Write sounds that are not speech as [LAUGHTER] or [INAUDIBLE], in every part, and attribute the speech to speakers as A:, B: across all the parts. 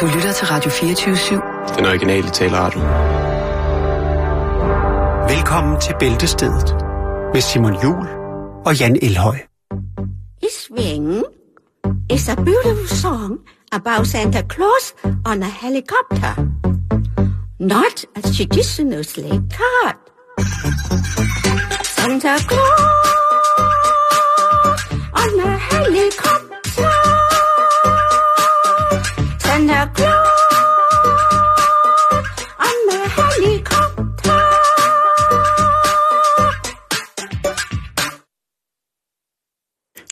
A: Du lytter til Radio 24-7.
B: Den originale taleradio.
C: Velkommen til Bæltestedet med Simon Jul og Jan Elhøj.
D: I svingen is a beautiful song about Santa Claus on a helicopter. Not a traditional sleigh cart. Santa Claus on a helicopter. Santa Claus on a helicopter.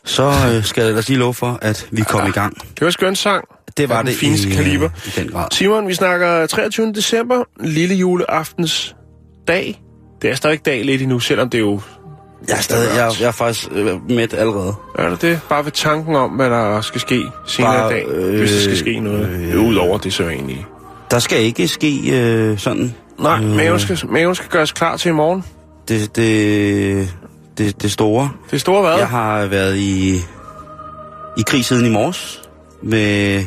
E: Så øh, skal jeg ellers lige love for, at vi kom i gang.
B: Det var en skøn sang.
E: Det var
B: Af den
E: det
B: fineste
E: i, øh,
B: kaliber.
E: i den grad.
B: Simon, vi snakker 23. december, lille juleaftens dag. Det er stadig dag lidt endnu, selvom det er jo...
E: Jeg er, stadig, jeg, jeg er faktisk øh, mæt allerede.
B: Er det det? Bare ved tanken om, hvad der skal ske senere
E: Bare,
B: i dag,
E: øh,
B: hvis der skal ske noget. Øh, Udover det så egentlig.
E: Der skal ikke ske øh, sådan.
B: Nej, maven skal, maven skal gøres klar til i morgen.
E: Det, det, det, det store.
B: Det store hvad?
E: Jeg har været i, i krig siden i morges med,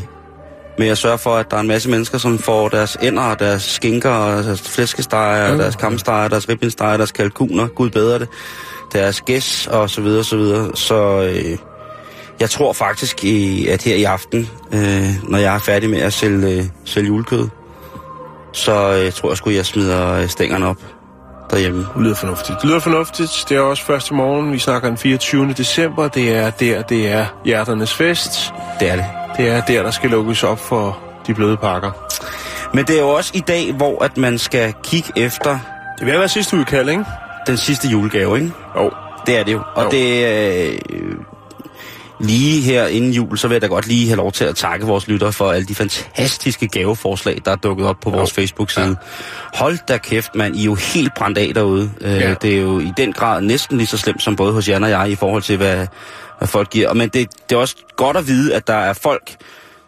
E: med at sørge for, at der er en masse mennesker, som får deres ænder, og deres skinker, og deres flæskesteger, mm. deres kamsteger, deres ribbensteger, deres kalkuner, gud bedre det, deres gæs og så videre, så videre. Så øh, jeg tror faktisk, i, at her i aften, øh, når jeg er færdig med at sælge, øh, sælge julekød, så øh, tror jeg sgu, jeg smider øh, stængerne op derhjemme.
B: Det lyder fornuftigt. Det lyder fornuftigt. Det er også første morgen. Vi snakker den 24. december. Det er der, det er hjerternes fest.
E: Det er det.
B: Det er der, der skal lukkes op for de bløde pakker.
E: Men det er jo også i dag, hvor at man skal kigge efter
B: Det vil være sidste udkald, ikke?
E: den sidste julegave, ikke?
B: Jo.
E: Det er det jo. Og
B: Jo.
E: jo. det øh, lige her inden jul, så vil jeg da godt lige have lov til at takke vores lyttere for alle de fantastiske gaveforslag, der er dukket op på vores Facebook-side. Hold da kæft, mand. I er jo helt brændt af derude. Øh,
B: Ja.
E: Det er jo i den grad næsten lige så slemt som både hos Jan og jeg i forhold til, hvad, hvad folk giver. Og Men det, det er også godt at vide, at der er folk,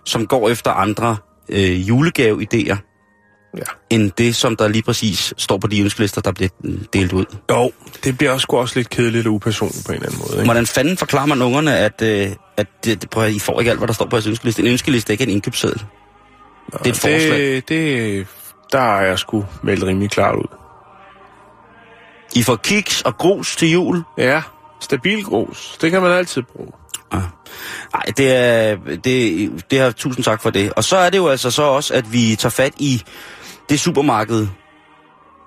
E: som går efter andre øh, julegave-idéer,
B: Ja.
E: end det, som der lige præcis står på de ønskelister, der bliver mm, delt ud.
B: Jo, det bliver også, sgu også lidt kedeligt og upersonligt på en eller anden måde. Ikke?
E: Hvordan fanden forklarer man ungerne, at, øh, at det, det- prøv, at høre, I får ikke alt, hvad der står på jeres ønskeliste? En ønskeliste er ikke en indkøbsseddel. det er et forslag.
B: Det, det, der er jeg sgu meldt rimelig klart ud.
E: I får kiks og grus til jul.
B: Ja, stabil grus. Det kan man altid bruge.
E: Nej, det er, det, det har tusind tak for det. Og så er det jo altså så også, at vi tager fat i det supermarked,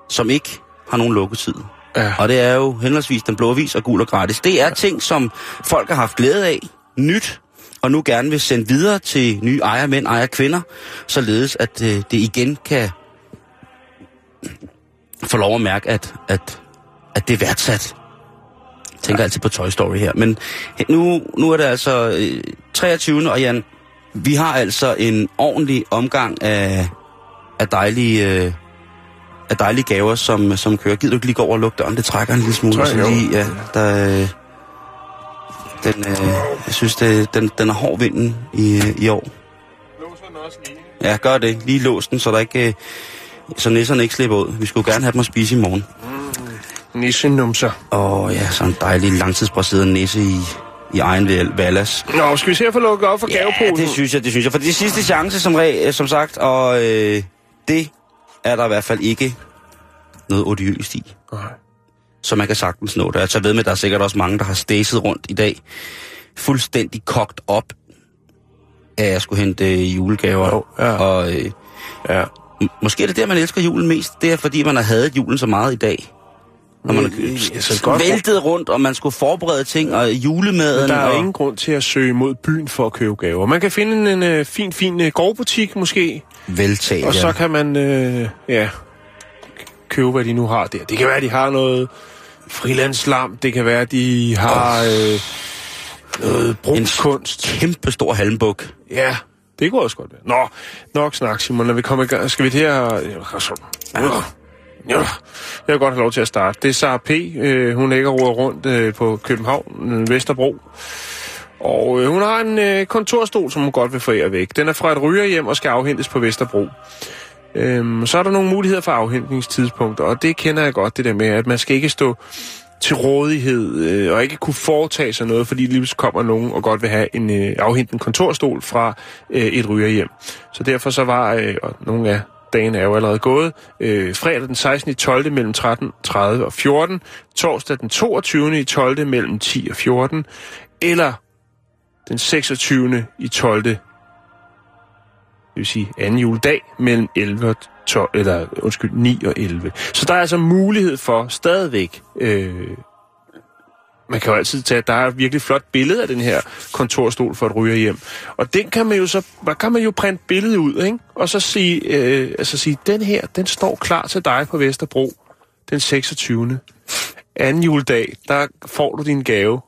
E: som ikke har nogen lukketid.
B: Ja.
E: Og det er jo henholdsvis den blå avis og gul og gratis. Det er ting, som folk har haft glæde af, nyt, og nu gerne vil sende videre til nye ejermænd, ejerkvinder, således at øh, det igen kan få lov at mærke, at, at, at det er værdsat. Jeg tænker altid på Toy Story her. Men nu, nu er det altså øh, 23. og Jan, vi har altså en ordentlig omgang af, af dejlige... Øh, af dejlige gaver, som, som kører. Gider du ikke lige gå over og lukke døren? Det trækker en lille smule.
B: Tror jeg,
E: Sådan
B: jo.
E: lige, ja, der, øh, den, øh, jeg synes, det, den, den er hård vinden i, øh, i år. Ja, gør det. Lige lås den, så, der ikke, øh, så nisserne ikke slipper ud. Vi skulle gerne have dem at spise i morgen.
B: Nissenumser.
E: Åh ja, sådan en dejlig langtidsbraseret næse i, i egen val- valas.
B: Nå, skal vi se at få lukket op for
E: Ja,
B: gaveposen?
E: det synes jeg, det synes jeg. For det er sidste chance, som, re, øh, som sagt, og øh, det er der i hvert fald ikke noget odiøst i.
B: Nej.
E: Så man kan sagtens nå det. Altså, Jeg tager ved med, at der er sikkert også mange, der har stæset rundt i dag. Fuldstændig kogt op af at skulle hente øh, julegaver.
B: Jo, ja.
E: Og øh,
B: Ja.
E: m- måske er det der, man elsker julen mest. Det er, fordi man har hadet julen så meget i dag. Når man har
B: altså,
E: så
B: godt-
E: Øh, væltet rundt, og man skulle forberede ting, og julemaden.
B: Der er
E: og...
B: ingen grund til at søge mod byen for at købe gaver. Man kan finde en, en øh, fin, fin øh, gårdbutik måske,
E: Veltag,
B: og så
E: ja.
B: kan man øh, ja, købe, hvad de nu har der. Det kan være, at de har noget frilandslam, det kan være, at de har øh, noget brugskunst.
E: Kæmpe stor halmbuk.
B: Ja, det kunne også godt være. Nå, nok snak, Simon. Når vi kommer i gang, skal vi til at... Ja, jeg vil godt have lov til at starte. Det er Sara P. Øh, hun ligger roer rundt øh, på København, øh, Vesterbro. Og øh, hun har en øh, kontorstol, som hun godt vil forære væk. Den er fra et rygerhjem og skal afhentes på Vesterbro. Øhm, så er der nogle muligheder for afhentningstidspunkter, og det kender jeg godt, det der med, at man skal ikke stå til rådighed øh, og ikke kunne foretage sig noget, fordi lige pludselig kommer nogen og godt vil have en øh, afhentet en kontorstol fra øh, et rygerhjem. Så derfor så var, øh, og nogle af dagen er jo allerede gået, øh, fredag den 16. i 12. mellem 13.30 og 14, torsdag den 22. i 12. mellem 10 og 14, eller den 26. i 12. det vil sige anden juledag mellem 11 og 12, eller undskyld, 9 og 11. Så der er altså mulighed for stadigvæk, øh, man kan jo altid tage, der er et virkelig flot billede af den her kontorstol for et ryger hjem. Og den kan man jo så, hvad kan man jo printe billedet ud, ikke? Og så sige, øh, altså sige, den her, den står klar til dig på Vesterbro den 26. Anden juledag, der får du din gave.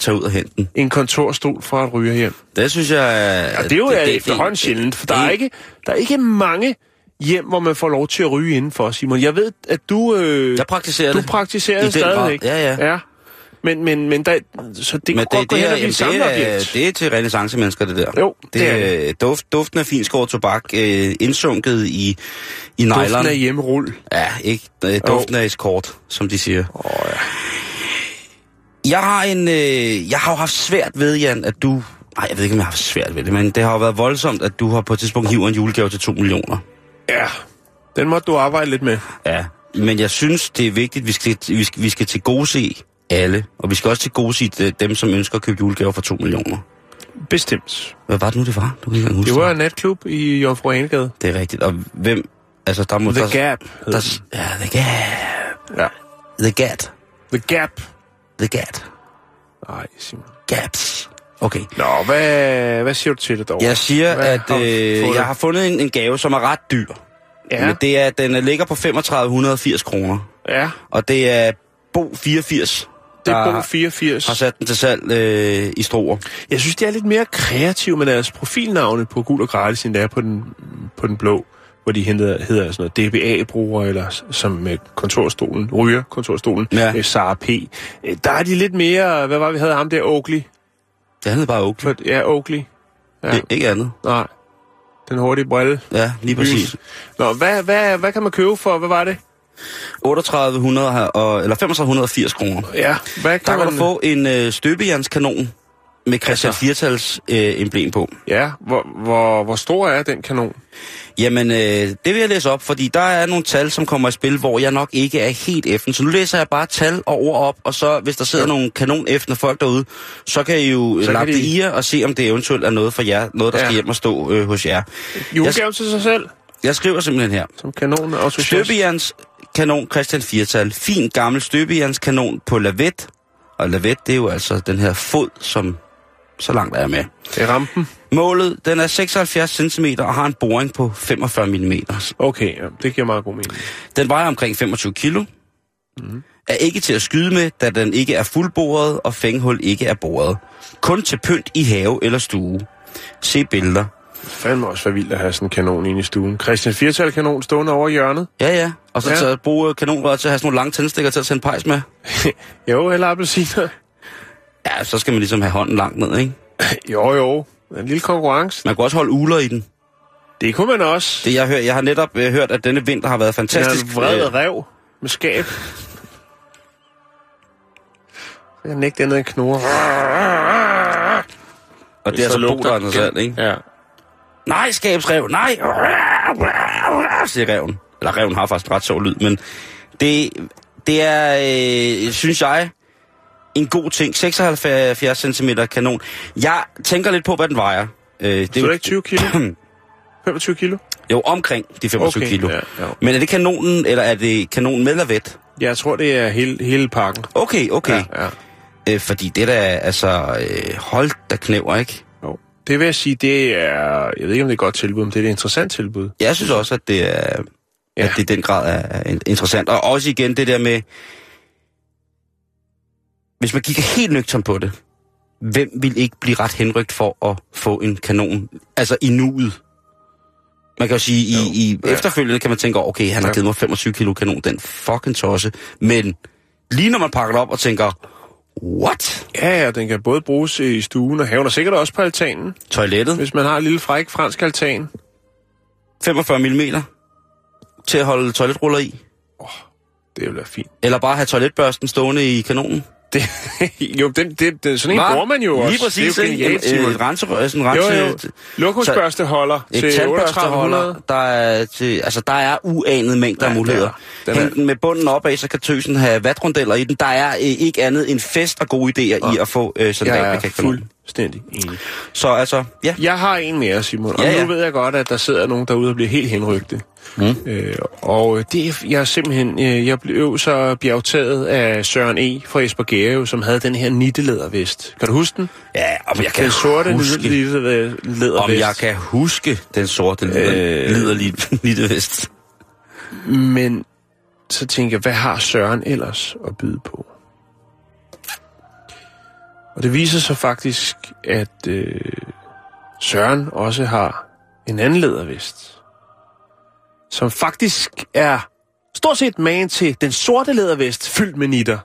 E: Tag ud og hente den.
B: En kontorstol fra et ryger hjem.
E: Det synes jeg...
B: Ja, det er jo det, efterhånden det, sjældent, for der er, ikke, der er ikke mange hjem, hvor man får lov til at ryge indenfor, Simon. Jeg ved, at du, øh,
E: Jeg praktiserer
B: du
E: det.
B: praktiserer
E: I
B: det
E: den grad.
B: stadigvæk.
E: Ja, ja.
B: ja. Men, men, men der, så det
E: Men
B: kan godt gå hen og blive
E: jamen, det, er,
B: samleobjekt.
E: det er til renaissancemennesker, det der.
B: Jo,
E: det,
B: det er
E: er duft, Duften af fin skåret tobak, øh, indsunket i, i nylon.
B: Duften af hjemmerul.
E: Ja, ikke? Øh, Duften af escort, som de siger. Oh, ja. Jeg har en... Øh, jeg har jo haft svært ved, Jan, at du... Nej, jeg ved ikke, om jeg har haft svært ved det, men det har jo været voldsomt, at du har på et tidspunkt hivet en julegave til 2 millioner.
B: Ja, den måtte du arbejde lidt med.
E: Ja. Men jeg synes, det er vigtigt, vi skal, vi skal, vi skal til gode se alle. Og vi skal også til gode se dem, som ønsker at købe julegaver for 2 millioner.
B: Bestemt.
E: Hvad var det nu, det var? Du kan ikke engang huske
B: Det var en natklub i Jomfru Anegade.
E: Det er rigtigt. Og hvem... Altså, der må... der,
B: The Gap.
E: Der, ja, The Gap.
B: Ja.
E: The Gat.
B: The Gap.
E: The Gat.
B: Nej, Simon.
E: Gaps. Okay.
B: Nå, hvad, hvad siger du til det dog?
E: Jeg siger,
B: Hvad
E: at
B: har du
E: øh,
B: fået?
E: jeg har fundet en, en gave, som er ret dyr.
B: Ja.
E: Men det er, at den øh, ligger på 3580 kroner.
B: Ja,
E: Og det er Bo 84,
B: det
E: der
B: er punkt 84.
E: har sat den til salg øh, i Struer.
B: Jeg synes, de er lidt mere kreative med deres profilnavne på gul og gratis, end det er på den, på den blå, hvor de hedder, hedder sådan noget DBA-brugere, eller s- som med kontorstolen, ryger kontorstolen,
E: Ja.
B: ja. øh, Sara P. Øh, der er de lidt mere, hvad var det, vi havde ham der, Oakley?
E: Det handlede bare Oakley.
B: For, ja, Oakley. Ja.
E: Ja. Ikke andet.
B: Nej, den hurtige brille.
E: Ja, lige præcis.
B: Nå, hvad, hvad, hvad kan man købe for, hvad var det?
E: 3800 her, og, eller 3580 kroner.
B: Ja, hvad kan
E: Der kan
B: man...
E: du få en øh, støbejernskanon med Christian
B: Altså.
E: Firtals øh, emblem på.
B: Ja, hvor, hvor, hvor stor er den kanon?
E: Jamen, øh, det vil jeg læse op, fordi der er nogle tal, som kommer i spil, hvor jeg nok ikke er helt effen. Så nu læser jeg bare tal og ord op, og så hvis der sidder ja. nogle kanon folk derude, så kan I jo
B: Så kan
E: lappe
B: de-
E: det i jer og se, om det eventuelt er noget for jer, noget, der ja.
B: Ja.
E: skal hjem og stå øh, hos jer.
B: Julegave til sig selv,
E: Jeg skriver simpelthen her.
B: som kanon og socialist.
E: Støbejerns kanon Christian Firtal. Fin gammel støbejerns kanon på lavet. Og lavet, det er jo altså den her fod, som så langt er jeg med.
B: Det er rampen.
E: Målet, den er 76 cm og har en boring på 45 mm.
B: Okay, ja, det giver meget god mening.
E: Den vejer omkring 25 kilo. Mm. Er ikke til at skyde med, da den ikke er fuldboret og fænghul ikke er boret. Kun til pynt i have eller stue. Se billeder.
B: fandme også være vildt at have sådan en kanon inde i stuen. Christian Firtal kanon stående over i
E: [LAUGHS]
B: hjørnet.
E: Ja, ja. Og så
B: Ja.
E: ja. bruge kanonrør til at have sådan nogle lange tændstikker til at tænde pejs med.
B: Jo, eller appelsiner.
E: Ja, så skal man ligesom have hånden langt ned, ikke?
B: jo, jo. En lille konkurrence.
E: Man kunne også holde uler i den.
B: Det kunne man også.
E: Det, jeg, hører, jeg har netop øh, hørt, at denne vinter har været
B: Det er
E: fantastisk.
B: en vred
E: Øh,
B: rev med skab. Jeg kan ikke andet end knurre.
E: og det er så Bo, der er interessant, ikke?
B: Ja.
E: Nej, skabsrev, nej! Siger reven. Eller reven har faktisk ret sjov lyd, men det, det er, øh, synes jeg, en god ting. 76 cm kanon. Jeg tænker lidt på, hvad den vejer. Øh, det
B: Det er jo ikke 20 kilo. 25 kilo?
E: [CLEARS THROAT] Jo, omkring de 25
B: Okay,
E: kilo.
B: ja, ja.
E: Men er det kanonen, eller er det kanonen med lavet?
B: Jeg tror, det er hele, hele pakken.
E: Okay, okay. Ja.
B: Ja, ja.
E: Øh, fordi det der, er, altså, øh, hold da knæver, ikke?
B: Jo. Det vil jeg sige, det er... Jeg ved ikke, om det er et godt tilbud, men det er et interessant tilbud.
E: Jeg synes også, at det er, ja.
B: Ja.
E: at det i den grad er er in- interessant. Og også igen det der med, hvis man kigger helt nøgternt på det, hvem vil ikke blive ret henrygt for at få en kanon? Altså i nuet. Man kan jo sige, i,
B: Jo.
E: i
B: Ja.
E: efterfølgende kan man tænke, okay, han har
B: Ja.
E: givet mig 25 kilo kanon, den fucking tosse. Men lige når man pakker det op og tænker, what?
B: Ja, ja, den kan både bruges i stuen og haven, og sikkert også på altanen.
E: Toilettet,
B: Hvis man har en lille fræk fransk altan.
E: 45 mm til at holde toiletruller i.
B: Det ville være fint. [LAUGHS]
E: Eller bare have toiletbørsten stående i kanonen.
B: Det, jo, den, det, den, sådan en
E: Hva?
B: bruger man jo også.
E: Lige præcis.
B: Det er jo
E: ikke?
B: genialt,
E: En-
B: Simon.
E: en renserør- sådan en
B: Jo,
E: rense,
B: jo. Lokusbørsteholder
E: Et
B: til
E: tandbørsteholder,
B: 3800.
E: der er, til, altså, der er uanede mængder
B: Ja,
E: af muligheder.
B: det er der. Den er-
E: Hæng den med bunden opad, så kan tøsen have vatrundeller i den. Der er øh, ikke andet end fest og gode idéer i at få øh, sådan en
B: Jeg er
E: rebecca kanon.
B: fuldstændig enig.
E: Så altså, ja.
B: Jeg har en mere, Simon. Og
E: Ja,
B: ja, ja.
E: ja.
B: nu ved jeg godt, at der sidder nogen derude og bliver helt henrygte. Mm. Øh, og øh, det er, jeg er simpelthen, øh, jeg blev så bjergtaget af Søren E. fra Esper Gærø, som havde den her nittelædervest. Kan du huske den?
E: Ja, om jeg kan
B: den sorte
E: huske,
B: nittelædervest.
E: om jeg kan huske den sorte øh... liderlige nittevest.
B: Men så tænker jeg, hvad har Søren ellers at byde på? Og det viser sig faktisk, at øh, Søren også har en anden lædervest, som faktisk er stort set magen til den sorte lædervest fyldt med nitter,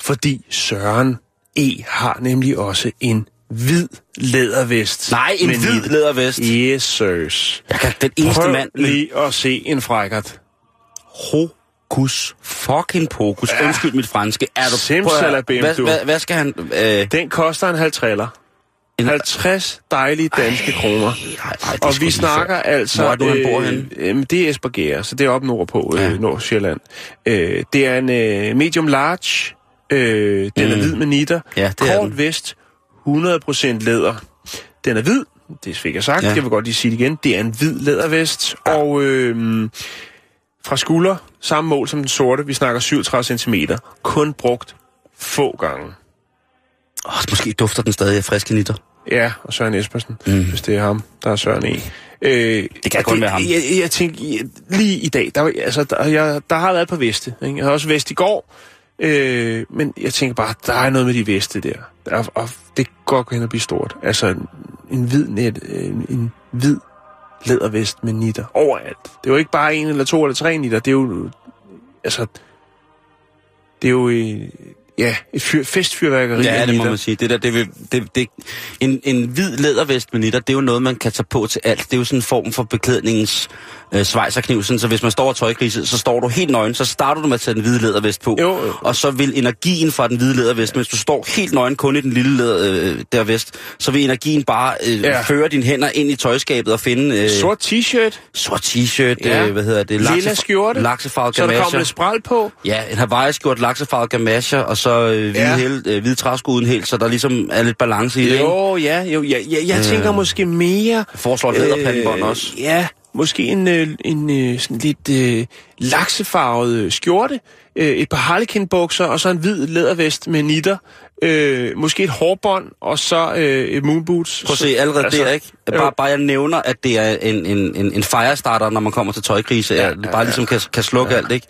B: fordi Søren E. har nemlig også en hvid lædervest.
E: Nej, en
B: med
E: hvid
B: nitter.
E: lædervest.
B: Yes, sirs.
E: Jeg kan den eneste
B: Prøv
E: mand med
B: lige at se en frækkert.
E: hokus fucking pokus. Ja. Undskyld mit franske. Er du
B: Simsalabim,
E: Hvad,
B: du.
E: hvad, hvad skal han... Øh,
B: Den koster en halv triller.
E: En-
B: 50 dejlige danske ej, kroner.
E: ej, det er
B: og
E: sgu
B: vi
E: lige
B: snakker
E: før.
B: altså...
E: Hvor er du, han bor henne?
B: øh, Det er Esper Gære, så det er op nordpå, ja.
E: Ja.
B: øh, Nordsjælland. Øh, det er en øh, medium large. Øh, den mm. er hvid med nitter.
E: Ja, det er
B: Kort
E: den.
B: vest. 100% læder. Den er hvid. Det fik jeg sagt. Ja.
E: Ja.
B: Jeg vil godt lige sige det igen. Det er en hvid lædervest. Ja. Og... Øh, fra skulder, samme mål som den sorte, vi snakker 37 cm, kun brugt få gange.
E: åh, måske dufter den stadig af friske nitter.
B: Ja, og Søren Espersen, mm. hvis det er ham, der er Søren E. Øh,
E: Mhm. Det kan kun være ham.
B: Jeg, jeg tænker, jeg, lige i dag, der, var- altså, der, jeg, der har været på veste. Ikke? Jeg havde også vest i går, øh, men jeg tænker bare, der er noget med de veste der. Og, og det kan godt gå hen og blive stort. Altså, en, en hvid net, øh, en hvid lædervest med nitter overalt. Det er jo ikke bare en eller to eller tre nitter, det er jo, altså, det er jo, øh, ja, et fyr, festfyrværkeri af
E: Ja, det må
B: nitter.
E: man sige. Det der, det vil, det, det, en, en hvid lædervest med nitter, det er jo noget, man kan tage på til alt. Det er jo sådan en form for beklædningens øh, svejserkniv. Sådan, så hvis man står og tøjkrise, så står du helt nøgen, så starter du med at tage den hvide lædervest på.
B: Jo, jo.
E: Og så vil energien fra den hvide lædervest, hvis du står helt nøgen kun i den lille læder, øh, der vest, så vil energien bare øh,
B: Ja.
E: ja. føre dine hænder ind i tøjskabet og finde øh, sort.
B: Sort t-shirt,
E: sort t-shirt,
B: Ja.
E: ja. øh, hvad hedder det,
B: Lilla skjorte.
E: laksefarvet
B: Så der kommer
E: gamasher.
B: lidt spræl på.
E: Ja, en hawaiiskjort, laksefarvet gamasher, og så øh, hvide,
B: Ja.
E: ja. hæl, øh, hvide træskuden helt, så der ligesom er lidt balance i det, ikke?
B: Jo, ja, jo, ja, ja jeg øh, tænker måske mere... øh,
E: Jeg foreslår læderpandebånd også.
B: Ja, måske en, øh, en øh, sådan lidt øh, laksefarvet øh, skjorte, øh, et par harlekinbukser, og så en hvid lædervest med nitter, øh, måske et hårbånd, og så øh, et moonboots.
E: Prøv at se, allerede altså, der, ikke?
B: jo.
E: Bare, bare jeg nævner, at det er en, en, en, en firestarter, når man kommer til tøjkrise. Ja, det bare ja, ligesom kan, kan slukke ja. alt, ikke?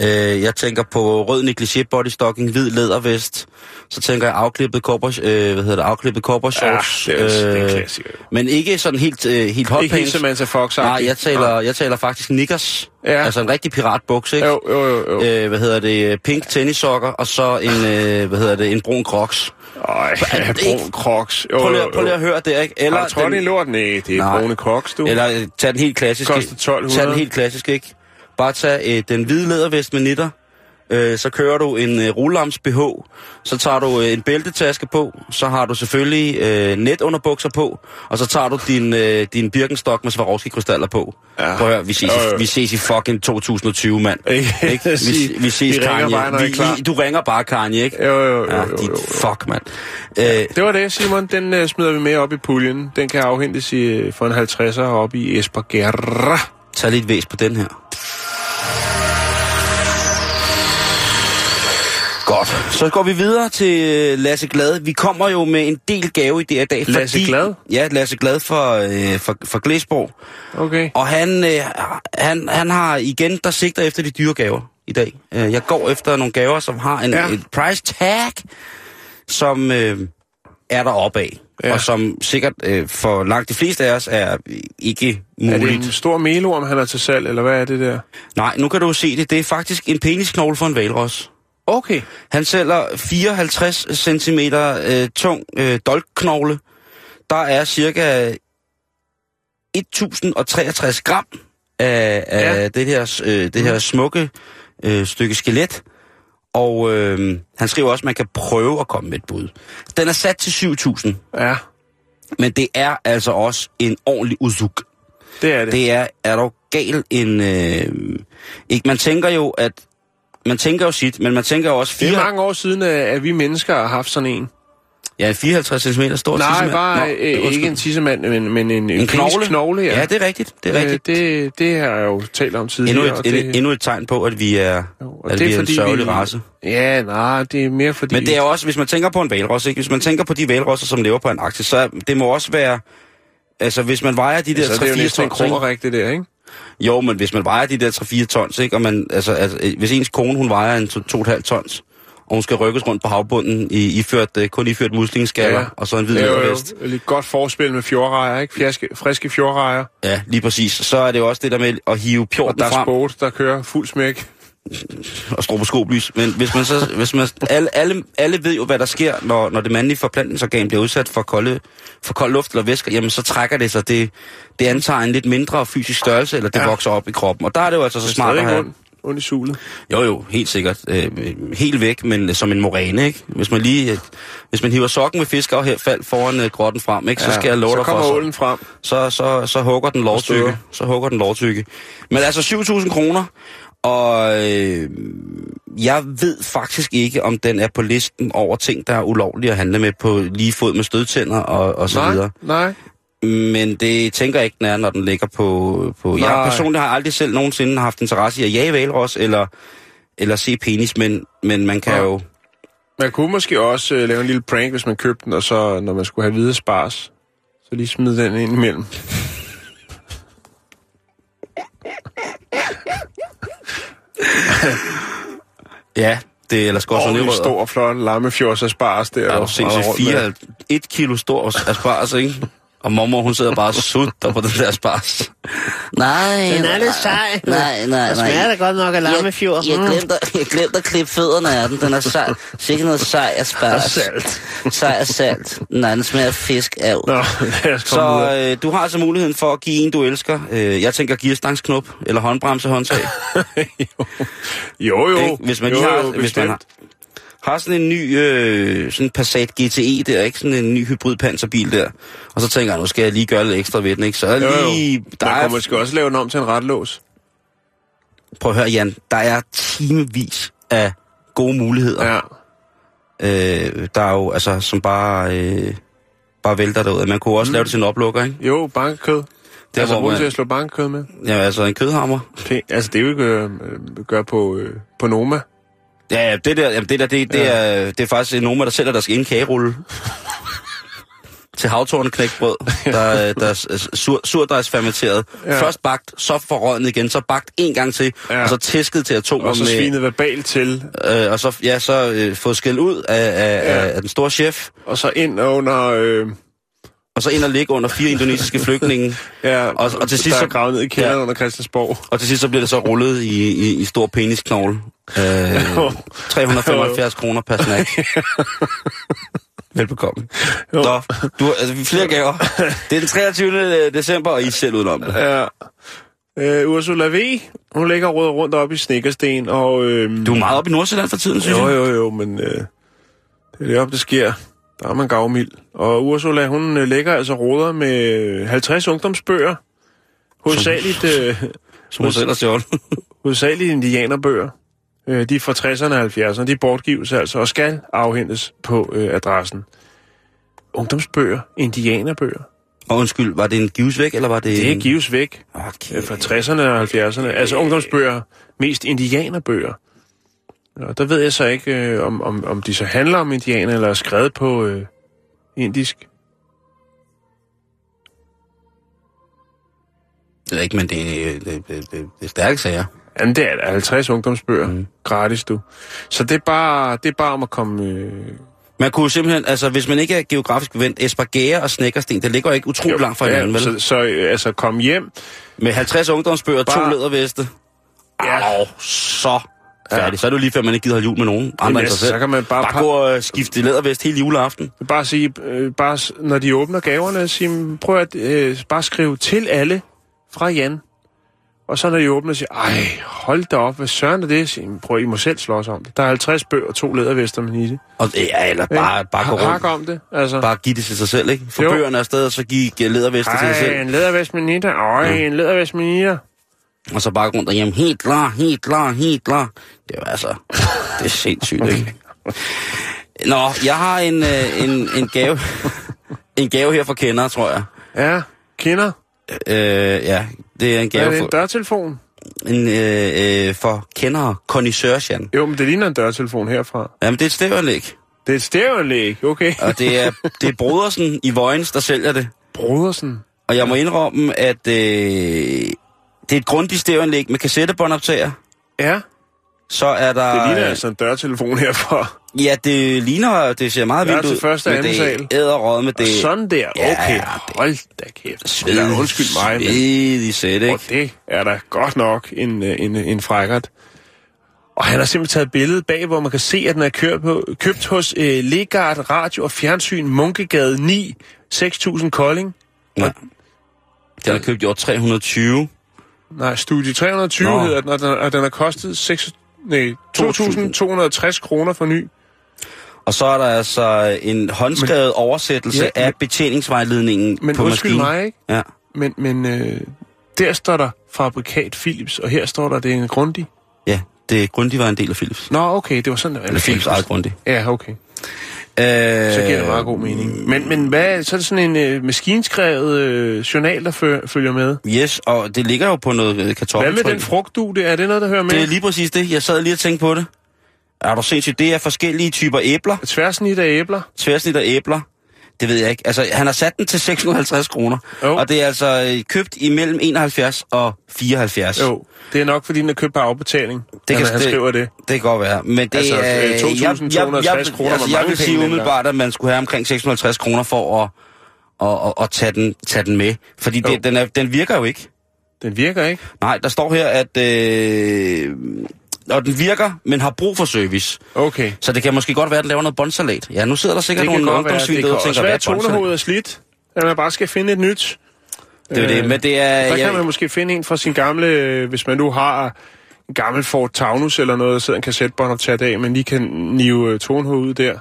E: Øh, jeg tænker på rød negligé bodystocking, hvid lædervest. Så tænker jeg afklippet korpers, øh, hvad hedder det, afklippet korpers shorts. øh,
B: Ja, det er også- det er en klassiker, jo.
E: Men ikke sådan helt, øh, helt hot
B: Ikke helt Samantha fox
E: Nej, jeg taler, jeg taler faktisk knickers.
B: Ja.
E: Ja. Altså en rigtig piratbukse, ikke?
B: Jo, jo, jo. jo. Øh,
E: Øh, hvad hedder det, pink tennissokker, og så en, øh, hvad hedder det, en brun crocs.
B: Øj,
E: er det
B: brun
E: ikke-
B: crocs. Øh, Jo,
E: Prøv lige,
B: jo,
E: at- prøv lige at høre det, ikke?
B: Eller, tror den... det er lort? Nej, det er
E: Nej.
B: brune crocs, du.
E: Eller øh, tag den helt klassiske.
B: Koster 1200.
E: Tag den helt klassiske, ikke? Bare tag øh, den hvide lædervest med nitter. Øh, så kører du en øh, rullams BH. Så tager du øh, en bæltetaske på. Så har du selvfølgelig øh, netunderbukser på. Og så tager du din, øh, din Birkenstock med Swarovski-krystaller på. Ja. Prøv at høre, vi ses,
B: Jo, jo.
E: i, vi ses i fucking
B: [LAUGHS]
E: 2020, mand.
B: Ikke?
E: Vi,
B: Sige,
E: vi ses,
B: vi ringer
E: Kanye.
B: bare, når
E: vi,
B: I er klar.
E: vi, du ringer bare, Kanye, ikke?
B: Jo, jo, jo, jo,
E: ja,
B: jo,
E: dit
B: jo.
E: fuck, mand. Øh,
B: Det var det, Simon. Den øh, smider vi med op i puljen. Den kan afhentes i, øh, for en 50'er op i Esper Guerra.
E: tag lidt væs på den her. Godt. Så går vi videre til øh, Lasse Glad. Vi kommer jo med en del gave i det her dag.
B: Lasse Glad?
E: Ja, Lasse Glad fra, øh, fra, fra Glæsborg.
B: Okay.
E: Og han, øh, han, han har igen, der sigter efter de dyre gaver i dag. Øh, jeg går efter nogle gaver, som har en,
B: Ja.
E: ja. et price tag, som øh, er deroppe af.
B: Ja.
E: Ja. Og som sikkert øh, for langt de fleste af os er ikke
B: Er
E: muligt.
B: det en stor melorm, han har til salg, eller hvad er det der?
E: Nej, nu kan du jo se det. Det er faktisk en penisknogle for en valros.
B: Okay.
E: Han sælger 54 cm øh, tung øh, dolkknogle. Der er cirka 1063 gram af, af
B: Ja.
E: det, her, øh, det her smukke øh, stykke skelet. Og øh, han skriver også, at man kan prøve at komme med et bud. Den er sat til 7.000,
B: Ja,
E: men det er altså også en ordentlig uzuk.
B: det er det.
E: Det er, er dog gal en... Øh, ikke, man tænker jo, at... Man tænker jo sit, men man tænker jo også
B: Det
E: 4,
B: er mange år siden, at at vi mennesker har haft sådan en.
E: ja, 54 cm stor
B: Nej,
E: tissemand.
B: bare
E: Nå,
B: øh, ikke
E: undskyld.
B: en tissemand, men, men en,
E: en knogle.
B: knogle ja.
E: ja. det er rigtigt. Det er rigtigt.
B: Øh, det, det har jeg jo talt om
E: Endnu
B: tidligere.
E: et,
B: og
E: det...
B: det,
E: endnu et tegn på, at vi er,
B: Jo, og
E: at
B: det er
E: vi er en
B: fordi,
E: sørgelig
B: vi-
E: race.
B: Ja, nej, det er mere fordi...
E: Men det er jo også, hvis man tænker på en valros, ikke? hvis man tænker på de valrosser, som lever på Antarktis, så er- det må også være... Altså, hvis man vejer de der
B: altså, det er jo
E: 3-4
B: næsten en
E: tons, ikke?
B: krummerik, det der, ikke?
E: Jo, men hvis man vejer de der 3-4 tons, ikke? Og man, altså, altså, øh, hvis ens kone, hun vejer en to- 2,5 tons, og hun skal rykkes rundt på havbunden, i, iført, øh, kun iført muslingeskaller, ja. og så en hvid
B: Det er jo-
E: løbervest.
B: jo et godt forspil med fjordrejer, ikke? Fjerske, friske fjordrejer.
E: Ja, lige præcis. Så er det jo også det der med at hive
B: Og
E: pjorten
B: der er
E: frem
B: sport, der kører fuld smæk.
E: og stroboskoplys. Men hvis man så, hvis man, alle, alle, alle ved jo, hvad der sker, når, når det mandlige forplantningsorgan bliver udsat for, kolde, for kold luft eller væsker, jamen så trækker det sig. Det, det antager en lidt mindre fysisk størrelse, eller det ja.
B: Ja.
E: vokser op i kroppen. Og der er det jo altså så
B: Det er
E: smart at
B: stadig
E: have...
B: ondt ondt i sulet.
E: Jo, jo, helt sikkert. Øh, helt væk, men som en moræne, ikke? Hvis man lige... Øh, hvis man hiver sokken med fiskeaffald foran øh, grotten frem, ikke? Så skal jeg love
B: så
E: dig for...
B: kommer
E: så-
B: ålen frem.
E: så, så, så hugger den lovtykke.
B: støder.
E: Så hugger den lovtykke. Men altså 7.000 kroner, og øh, jeg ved faktisk ikke, om den er på listen over ting, der er ulovlige at handle med på lige fod med stødtænder og, og så
B: Nej,
E: videre.
B: nej.
E: Men det tænker jeg ikke, den er, når den ligger på... på. Jeg
B: Nej.
E: personligt har aldrig selv nogensinde haft interesse i at jage valros eller, eller se penis, men, men man kan
B: Nej.
E: jo...
B: Man kunne måske også øh, lave en lille prank, hvis man købte den, og så, når man skulle have hvide spars, så lige smide den ind imellem.
E: Ja, det er ellers godt
B: Og
E: sådan
B: en
E: lidt
B: stor, flot lammefjors af spars der.
E: Ja,
B: og-
E: du
B: og
E: sindssygt
B: rundt med.
E: fire, et kilo stor asparges, ikke? Og mormor, hun sidder bare og sutter på den der asparges. Nej,
F: Den er lidt sej.
E: Nej, nej,
F: Den
E: nej.
F: smager da godt nok af lammefjord. Mm.
E: Jeg, jeg, glemte, at- jeg glemte at klippe fødderne af den. Den er sej. Sikke noget sej asparges.
B: Og salt.
E: Sej og salt. Nej, den smager af fisk af.
B: Nå, [LAUGHS] lad os komme
E: Så
B: videre.
E: øh, du har altså muligheden for at give en, du elsker. Øh, jeg tænker gearstangsknop eller
B: [LAUGHS]
E: håndbremse håndtag.
B: Jo, jo.
E: øh, Ikke? Hvis man
B: jo,
E: lige har,
B: jo,
E: hvis man har,
B: bestemt.
E: har sådan en ny øh, sådan en Passat GTE der, ikke? Sådan en ny hybrid panserbil der. Og så tænker jeg, nu skal jeg lige gøre lidt ekstra ved den, ikke? Så er
B: Jo, jo.
E: lige... Der
B: Man
E: er,
B: kunne måske også lave den om til en retlås.
E: prøv at høre, Jan. Der er timevis af gode muligheder.
B: Ja.
E: Øh, der er jo, altså, som bare... Øh, bare vælter derud. Man kunne også mm. lave det til en oplukker, ikke?
B: Jo, bankkød. Det er altså,
E: hvor
B: brugt
E: man-
B: til at slå bankkød med.
E: Ja, altså en kødhammer.
B: Det, altså, det er jo ikke øh, gør på, øh, på Noma.
E: Ja, ja, det der, jamen, det der, det, det,
B: Ja.
E: er, det er faktisk en Noma, der sælger deres egen kagerulle. til havtorneknækbrød, der, øh, der er s- sur, surdejsfermenteret. Ja.
B: Ja.
E: Først bagt, så forrådnet igen, så bagt en gang til, ja.
B: Ja.
E: og så tæsket til atomer
B: Og så
E: med...
B: svinet verbalt til,
E: Øh, og så, ja, så øh, fået skæld ud af, af, ja.
B: Ja.
E: af, af, den store chef,
B: og så ind under... Øh,
E: og så ind og ligge under fire indonesiske flygtninge.
B: ja,
E: Og- og til sidst
B: der
E: så-
B: er gravet ned i kælderen
E: Ja.
B: ja. under Christiansborg.
E: Og til sidst så bliver det så rullet i, i, i stor penisknogle.
B: [LAUGHS]
E: Øh, 375 kroner per snack. Velbekomme.
B: Jo.
E: Nå, du har altså, flere gaver. Det er den 23. december, og I er selv udenom det.
B: Ja. Øh, Ursula V, hun ligger og roder rundt op i Snikkersten, og... Øh,
E: Du er meget oppe i Nordsjælland for tiden, synes
B: jo,
E: jeg.
B: jo, jo, men øh, det er deroppe, det sker. Der er man gavmild. Og Ursula, hun øh, ligger altså og roder med 50 ungdomsbøger. Hovedsageligt... Øh,
E: Som hun selv har stjålet.
B: hovedsageligt indianerbøger. Øh, de er fra 60'erne og 70'erne. De bortgives altså og skal afhentes på øh, adressen. Ungdomsbøger, indianerbøger.
E: [LAUGHS] Og undskyld, var det en gives væk, eller var det...
B: Det
E: en-
B: gives væk
E: Okay.
B: øh, fra 60'erne og 70'erne. Altså
E: Øh.
B: ungdomsbøger, mest indianerbøger. Og der ved jeg så ikke, øh, om, om, om de så handler om indianer eller er skrevet på øh, indisk.
E: Det er ikke, men det er, øh, det, det, det, det er stærke sager.
B: Jamen, det er der. 50 ungdomsbøger.
E: Mm.
B: Mm. Gratis, du. Så det er bare, det er bare om at komme... Øh,
E: Man kunne jo simpelthen, altså hvis man ikke er geografisk vendt, Espargere og Snækkersten, det ligger jo ikke utrolig langt fra hinanden, vel?
B: så, så øh, altså, kom hjem,
E: Med 50 ungdomsbøger, to
B: Bare-
E: læderveste.
B: Ja.
E: Au, så færdig. Så er det jo lige før, man ikke gider holde jul med nogen andre end sig
B: altså,
E: selv.
B: så kan man bare
E: bare
B: pa-
E: gå og skifte lædervest hele juleaften.
B: Bare sige, øh, bare, s- når de åbner gaverne, sige, "Men prøv at øh, bare skrive til alle fra Jan. Og så når de åbner, siger ej, hold da op, hvad søren er det? Jeg Siger, "Men prøv, I må selv slås om det. Der er 50 bøger og to lædervester med i det.
E: Og, ja, eller bare, bare gå
B: Hak
E: rundt.
B: om det, altså.
E: Bare give det til sig selv, ikke? For
B: Jo.
E: bøgerne afsted, og så give ledervester til sig
B: Ej,
E: selv.
B: en lædervest med nitter. Øj, en lædervest med nitter.
E: Og så bare gå rundt derhjemme, helt klar, helt klar, helt klar. Det er jo altså, det er sindssygt,
B: [LAUGHS]
E: ikke? Nå, jeg har en, øh, en, en gave, en gave her for kender, tror jeg.
B: Ja, kinder.
E: Øh, ja, det er en
B: Er
E: gave
B: det
E: for,
B: en dørtelefon?
E: en, øh, øh, for kendere, connoisseursjan.
B: Jo, men det ligner en dørtelefon herfra.
E: Jamen, det er et stævanlæg,
B: Det er et stereoanlæg, okay.
E: og det er, det er Brodersen i Vojens, der sælger det.
B: [LAUGHS] Brodersen.
E: Og jeg må indrømme, at øh, det er et grundigt stævanlæg med kassettebåndoptager.
B: Ja,
E: Så er der... øh,
B: det ligner altså en dørtelefon herfra.
E: Ja, det ligner, det ser meget
B: Ja,
E: vildt
B: til
E: ud.
B: første og
E: men
B: anden
E: det
B: sal.
E: æderrød med det.
B: Det... Sådan der,
E: Ja,
B: okay.
E: det-
B: Hold da kæft. Eller, undskyld mig, men
E: Svedig sæt,
B: og
E: ikke?
B: det er da godt nok en, øh, en, en frækkert. Og han har simpelthen taget et billede bag, hvor man kan se, at den er kørt på, købt hos øh, Legard Radio og Fjernsyn Munkegade 9, 6000 Kolding.
E: Ja. Den er købt i år 320.
B: Nej, Studie 320
E: Nå.
B: Nå. hedder den, og den, og den har kostet 6, nej, 2.260 kroner for ny.
E: Og så er der altså en håndskrevet men, oversættelse
B: Ja,
E: ja, af betjeningsvejledningen
B: Men
E: på
B: undskyld
E: maskinen.
B: mig, ikke?
E: Ja.
B: Men, men øh, der står der fabrikat Philips, og her står der, det er en grundig.
E: ja, det Grundig var en del af Philips.
B: Nå, okay, det var sådan, det var.
E: Eller Philips eget Grundig.
B: Ja, okay.
E: Øh,
B: Så giver det meget god mening. Men, men hvad, så er det sådan en øh, maskinskrevet øh, journal, der fø- følger med.
E: Yes, og det ligger jo på noget
B: Hvad
E: kartoffel.
B: med den frugtdude? Er det noget, der hører med?
E: Det er lige præcis det. Jeg sad lige og tænkte på det. Er du sindssygt? Det er forskellige typer æbler.
B: Tværsnit af æbler.
E: tværsnit af æbler. Det ved jeg ikke. Altså, han har sat den til 650 kroner.
B: Jo.
E: Og det er altså øh, købt imellem 71 og 74.
B: Jo, det er nok, fordi den er købt på afbetaling, det
E: kan-
B: kan, han
E: det-
B: skriver det.
E: Det kan godt være. Men det
B: Altså, øh,
E: er... jeg- jeg-
B: 2.260 kroner var
E: altså, Jeg
B: mange
E: vil
B: penge
E: sige
B: dengang.
E: umiddelbart, at man skulle have omkring 650 kroner for at, at, at, at tage, den, tage den med. Fordi
B: Jo.
E: det, den, er, den virker jo ikke.
B: Den virker ikke.
E: Nej, der står her, at... Øh, og den virker, men har brug for service.
B: Okay.
E: Så det kan måske godt være, at den laver noget båndsalat. Ja, nu sidder der sikkert
B: Det kan
E: nogle
B: godt være,
E: ungdomsvin
B: det
E: derude
B: kan
E: og tænker,
B: også
E: hvad
B: være,
E: er
B: at tonehovedet
E: båndsalat?
B: er slidt, at man bare skal finde et nyt.
E: Det er jo det, men det er...
B: Der
E: jeg-
B: kan man måske finde en fra sin gamle, øh, hvis man nu har en gammel Ford Taunus eller noget, der sidder en kassettebånd og tager af, men lige kan nive øh, tonehovedet ud der.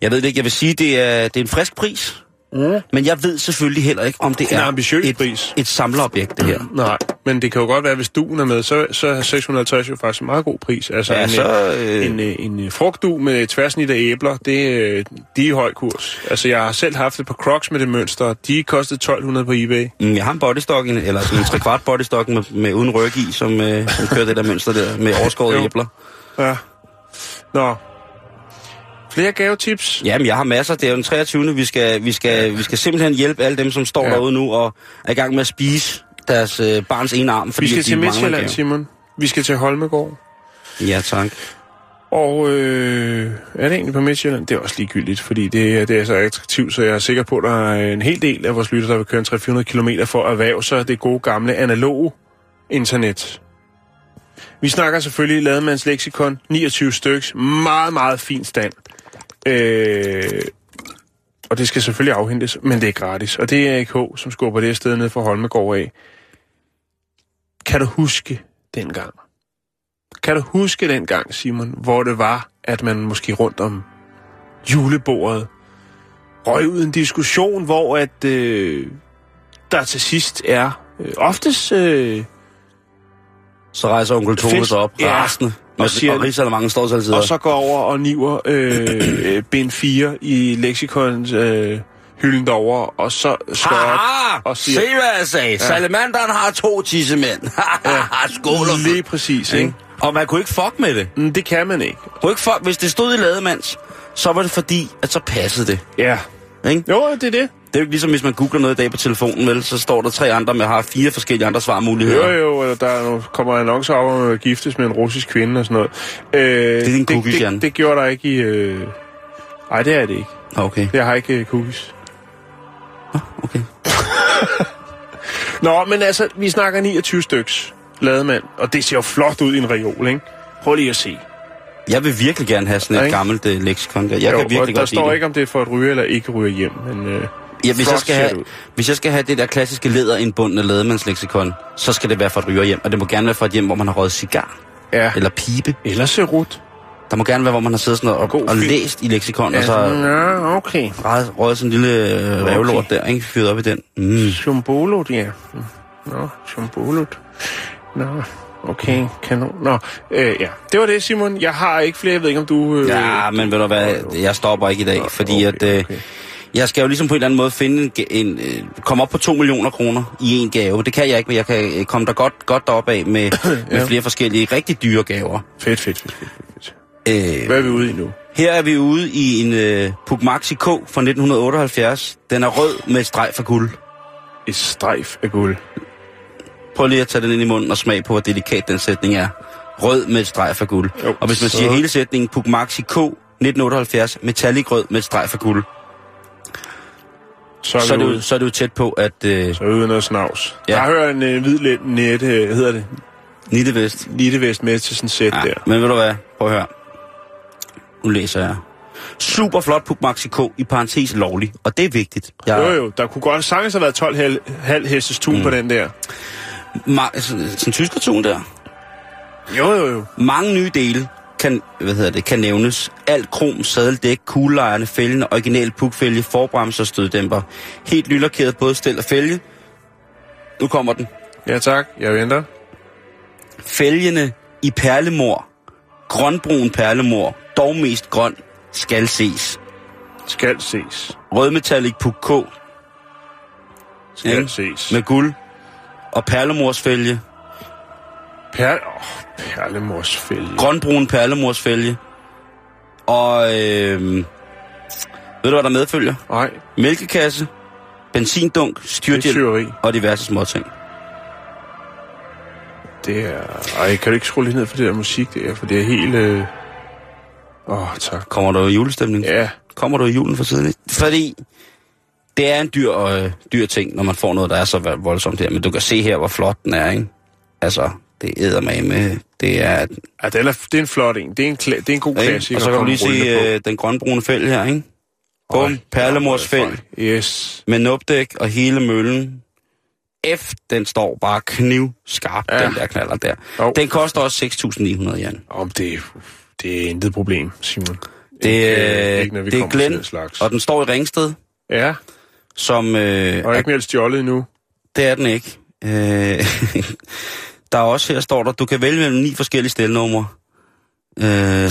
E: Jeg ved det ikke. Jeg vil sige, det er, det er en frisk pris. Mm. Men jeg ved selvfølgelig heller ikke, om det
B: En
E: er
B: ambitiøs
E: et,
B: pris. Mm.
E: et samlerobjekt, det her.
B: Nej, men det kan jo godt være, hvis duen er med, så, så er 650 jo faktisk en meget god pris. Altså
E: Ja,
B: en,
E: så,
B: øh...
E: øh,
B: en, øh, en øh, frugtdu med tværsnit af æbler, det, øh, de er i høj kurs. Altså jeg har selv haft et par crocs med det mønster, og de kostede 1200 på eBay.
E: Mm, Jeg har en bodystock, en- eller sådan en trekvart bodystock med, med uden ryg i, som, øh, som kører det der mønster der, med overskåret
B: Jo.
E: æbler.
B: Ja. Nå. Flere gavetips?
E: Jamen, jeg har masser. Det er jo den 23. Vi skal, vi skal, vi skal simpelthen hjælpe alle dem, som står
B: Ja.
E: ja. derude nu og er i gang med at spise deres øh, barns ene arm, fordi
B: Vi skal
E: at de
B: til
E: mangler
B: Midtjylland,
E: gave.
B: Simon. Vi skal til Holmegård.
E: Ja, tak.
B: Og øh, er det egentlig på Midtjylland? Det er også ligegyldigt, fordi det, er- det er så attraktivt, så jeg er sikker på, at der er en hel del af vores lytter, der vil køre en 300-400 km for at erhverve sig det gode gamle analoge internet. Vi snakker selvfølgelig Lademands Lexikon, 29 styks, meget, meget fin stand. Øh, og det skal selvfølgelig afhentes, men det er gratis. Og det er AK, som skubber det sted ned fra Holmegård af. Kan du huske dengang? Kan du huske den gang, Simon, hvor det var, at man måske rundt om julebordet røg ud i en diskussion, hvor at øh, der til sidst er øh, oftest øh,
E: Så rejser onkel Tove
B: Fedt.
E: sig op,
B: Ja.
E: ja. rasende. Og,
B: siger-
E: og, og Rigsalermangen står så altid
B: og
E: og
B: så går over og niver øh, øh, bind 4 i leksikons øh, hylden derovre, og så skører
E: Aha!
B: og siger-
E: Se, hvad jeg sagde. Ja. Salamanderen har
B: [LAUGHS]
E: to tissemænd. Skål om
B: lige
E: det.
B: præcis, ikke?
E: Ikke? Og man kunne ikke fuck med det.
B: Mm, Det kan man ikke.
E: Man Kunne ikke fuck. Hvis det stod i lademands, så var det fordi, at så passede det.
B: Ja.
E: Ikke?
B: Jo, det er det.
E: Det er jo ikke ligesom, hvis man googler noget i dag på telefonen, vel, så står der tre andre med har fire forskellige andre svarmuligheder.
B: Jo, jo, eller der er nogle, kommer annoncer op, om at giftes med en russisk kvinde og sådan noget. Øh, det
E: din cookies,
B: det, det,
E: Jan.
B: det gjorde der ikke i... Øh... Ej, det er det ikke.
E: Okay,
B: Jeg har ikke øh, cookies.
E: okay.
B: [LAUGHS] Nå, men altså, vi snakker 29 styks lademand, og det ser jo flot ud i en reol, ikke? Prøv lige at se.
E: Jeg vil virkelig gerne have sådan et
B: Ikke?
E: gammelt uh, leksikon der. Jeg
B: jo,
E: kan virkelig
B: og der
E: godt lide
B: står
E: det.
B: ikke, om det er for at ryge eller ikke ryge hjem, men øh,
E: Ja, hvis,
B: Flot
E: jeg skal
B: ser det
E: have,
B: ud.
E: hvis jeg skal have det der klassiske læderindbundne lademandsleksikon, så skal det være fra et rygerhjem. Og det må gerne være fra et hjem, hvor man har røget cigar.
B: Ja.
E: Eller pibe.
B: Eller serut.
E: Der må gerne være, hvor man har siddet sådan og,
B: God
E: og
B: film.
E: læst i leksikon, og så
B: Ja, okay.
E: røget, røget sådan en lille øh, revlort der, ikke? Fyret op i den. Mm.
B: Symbolot, ja. Mm. Nå, symbolot. Nå, okay, kanon. Nå, øh, ja. Det var det, Simon. Jeg har ikke flere. Jeg ved ikke, om du... Øh,
E: Ja, men ved du hvad, jeg stopper ikke i dag, fordi
B: okay,
E: at... Øh,
B: okay.
E: jeg skal jo ligesom på en eller anden måde finde en, ga- en øh, komme op på 2 millioner kroner i en gave. Det kan jeg ikke, men jeg kan øh, komme der godt, godt derop
B: [COUGHS]
E: af med, ja. med flere forskellige rigtig dyre gaver.
B: Fedt, fedt, fedt, fedt, fedt, fedt.
E: Øh,
B: Hvad er vi ude i nu?
E: Her er vi ude i en øh, Pugmaxi K fra 1978. Den er rød med et streg fra guld.
B: Et strejf af guld.
E: Prøv lige at tage den ind i munden og smag på, hvor delikat den sætning er. Rød med et streg fra guld.
B: Jo,
E: og hvis man
B: så-
E: siger hele sætningen Pugmaxi K 1978, metallic rød med et streg fra guld,
B: Så er,
E: så er,
B: vi
E: det
B: ude.
E: jo, så er det jo tæt på, at øh,
B: Så er vi ude i noget snavs.
E: Ja.
B: Ja. Jeg hører en øh, hvid lidt net, øh, hvad hedder det,
E: Nille Vest.
B: Lille Vest med til sådan et sæt ja.
E: Ja,
B: der.
E: men ved du hvad? Prøv at høre. Nu læser jeg. Super flot Pugmaxi K i parentes lovlig, og det er vigtigt. Jeg,
B: Jo jo, der kunne godt sagtens have været 12 hel, halv hestes tun mm. på den der.
E: Ma- sådan sådan en tyskertun der.
B: Jo jo jo.
E: Mange nye dele kan, hvad hedder det, kan nævnes. Alt krom, sadeldæk, kuglejerne, fælgen, original pukfælge, forbremser og støddæmper. Helt nylakeret både stel og fælge. Nu kommer den.
B: Ja tak, jeg venter.
E: Fælgene i perlemor. Grønbrun perlemor. Dog mest grøn. Skal ses.
B: Skal ses.
E: Rødmetallic puk K.
B: Skal
E: Ikke?
B: ses.
E: Med guld. Og perlemorsfælge.
B: Per oh, perlemorsfælge.
E: Grønbrun perlemorsfælge. Og øh, ved du, hvad der medfølger?
B: Nej,
E: Mælkekasse, benzindunk,
B: det er
E: styrthjælp
B: tyveri.
E: og diverse småting.
B: Det er... Ej, kan du ikke skrue lidt ned for det der musik der? For det er helt... Åh, øh... oh, tak.
E: Kommer du i julestemning?
B: Ja,
E: Kommer du i julen for siden? Fordi det er en dyr, øh, dyr ting, når man får noget, der er så vo- voldsomt her. Men du kan se her, hvor flot den er, ikke? Altså, det æder mig med. Det er...
B: ja den er, det er en flot en. Det er en, kla- det er en god
E: Ikke?
B: klassiker.
E: Og så kan du
B: at
E: lige se
B: komme rullende på.
E: øh, den grønbrune fælg her, ikke? Bum, perlemorsfælg
B: Yes.
E: med nupdæk og hele møllen. F, den står bare knivskarp, ja.
B: Ja.
E: den der knaller der.
B: Jo.
E: Den koster også 6.900, Jan.
B: Om det, det er intet problem, Simon.
E: Det,
B: Ikke,
E: øh,
B: ikke, når vi
E: det er
B: kommer til
E: Glenn,
B: den slags.
E: og den står i Ringsted,
B: Ja,
E: som... Øh,
B: og
E: er,
B: ikke mere stjålet endnu.
E: det er den ikke. Øh, [LAUGHS] der er også her, står der, du kan vælge mellem ni forskellige stelnumre. Øh,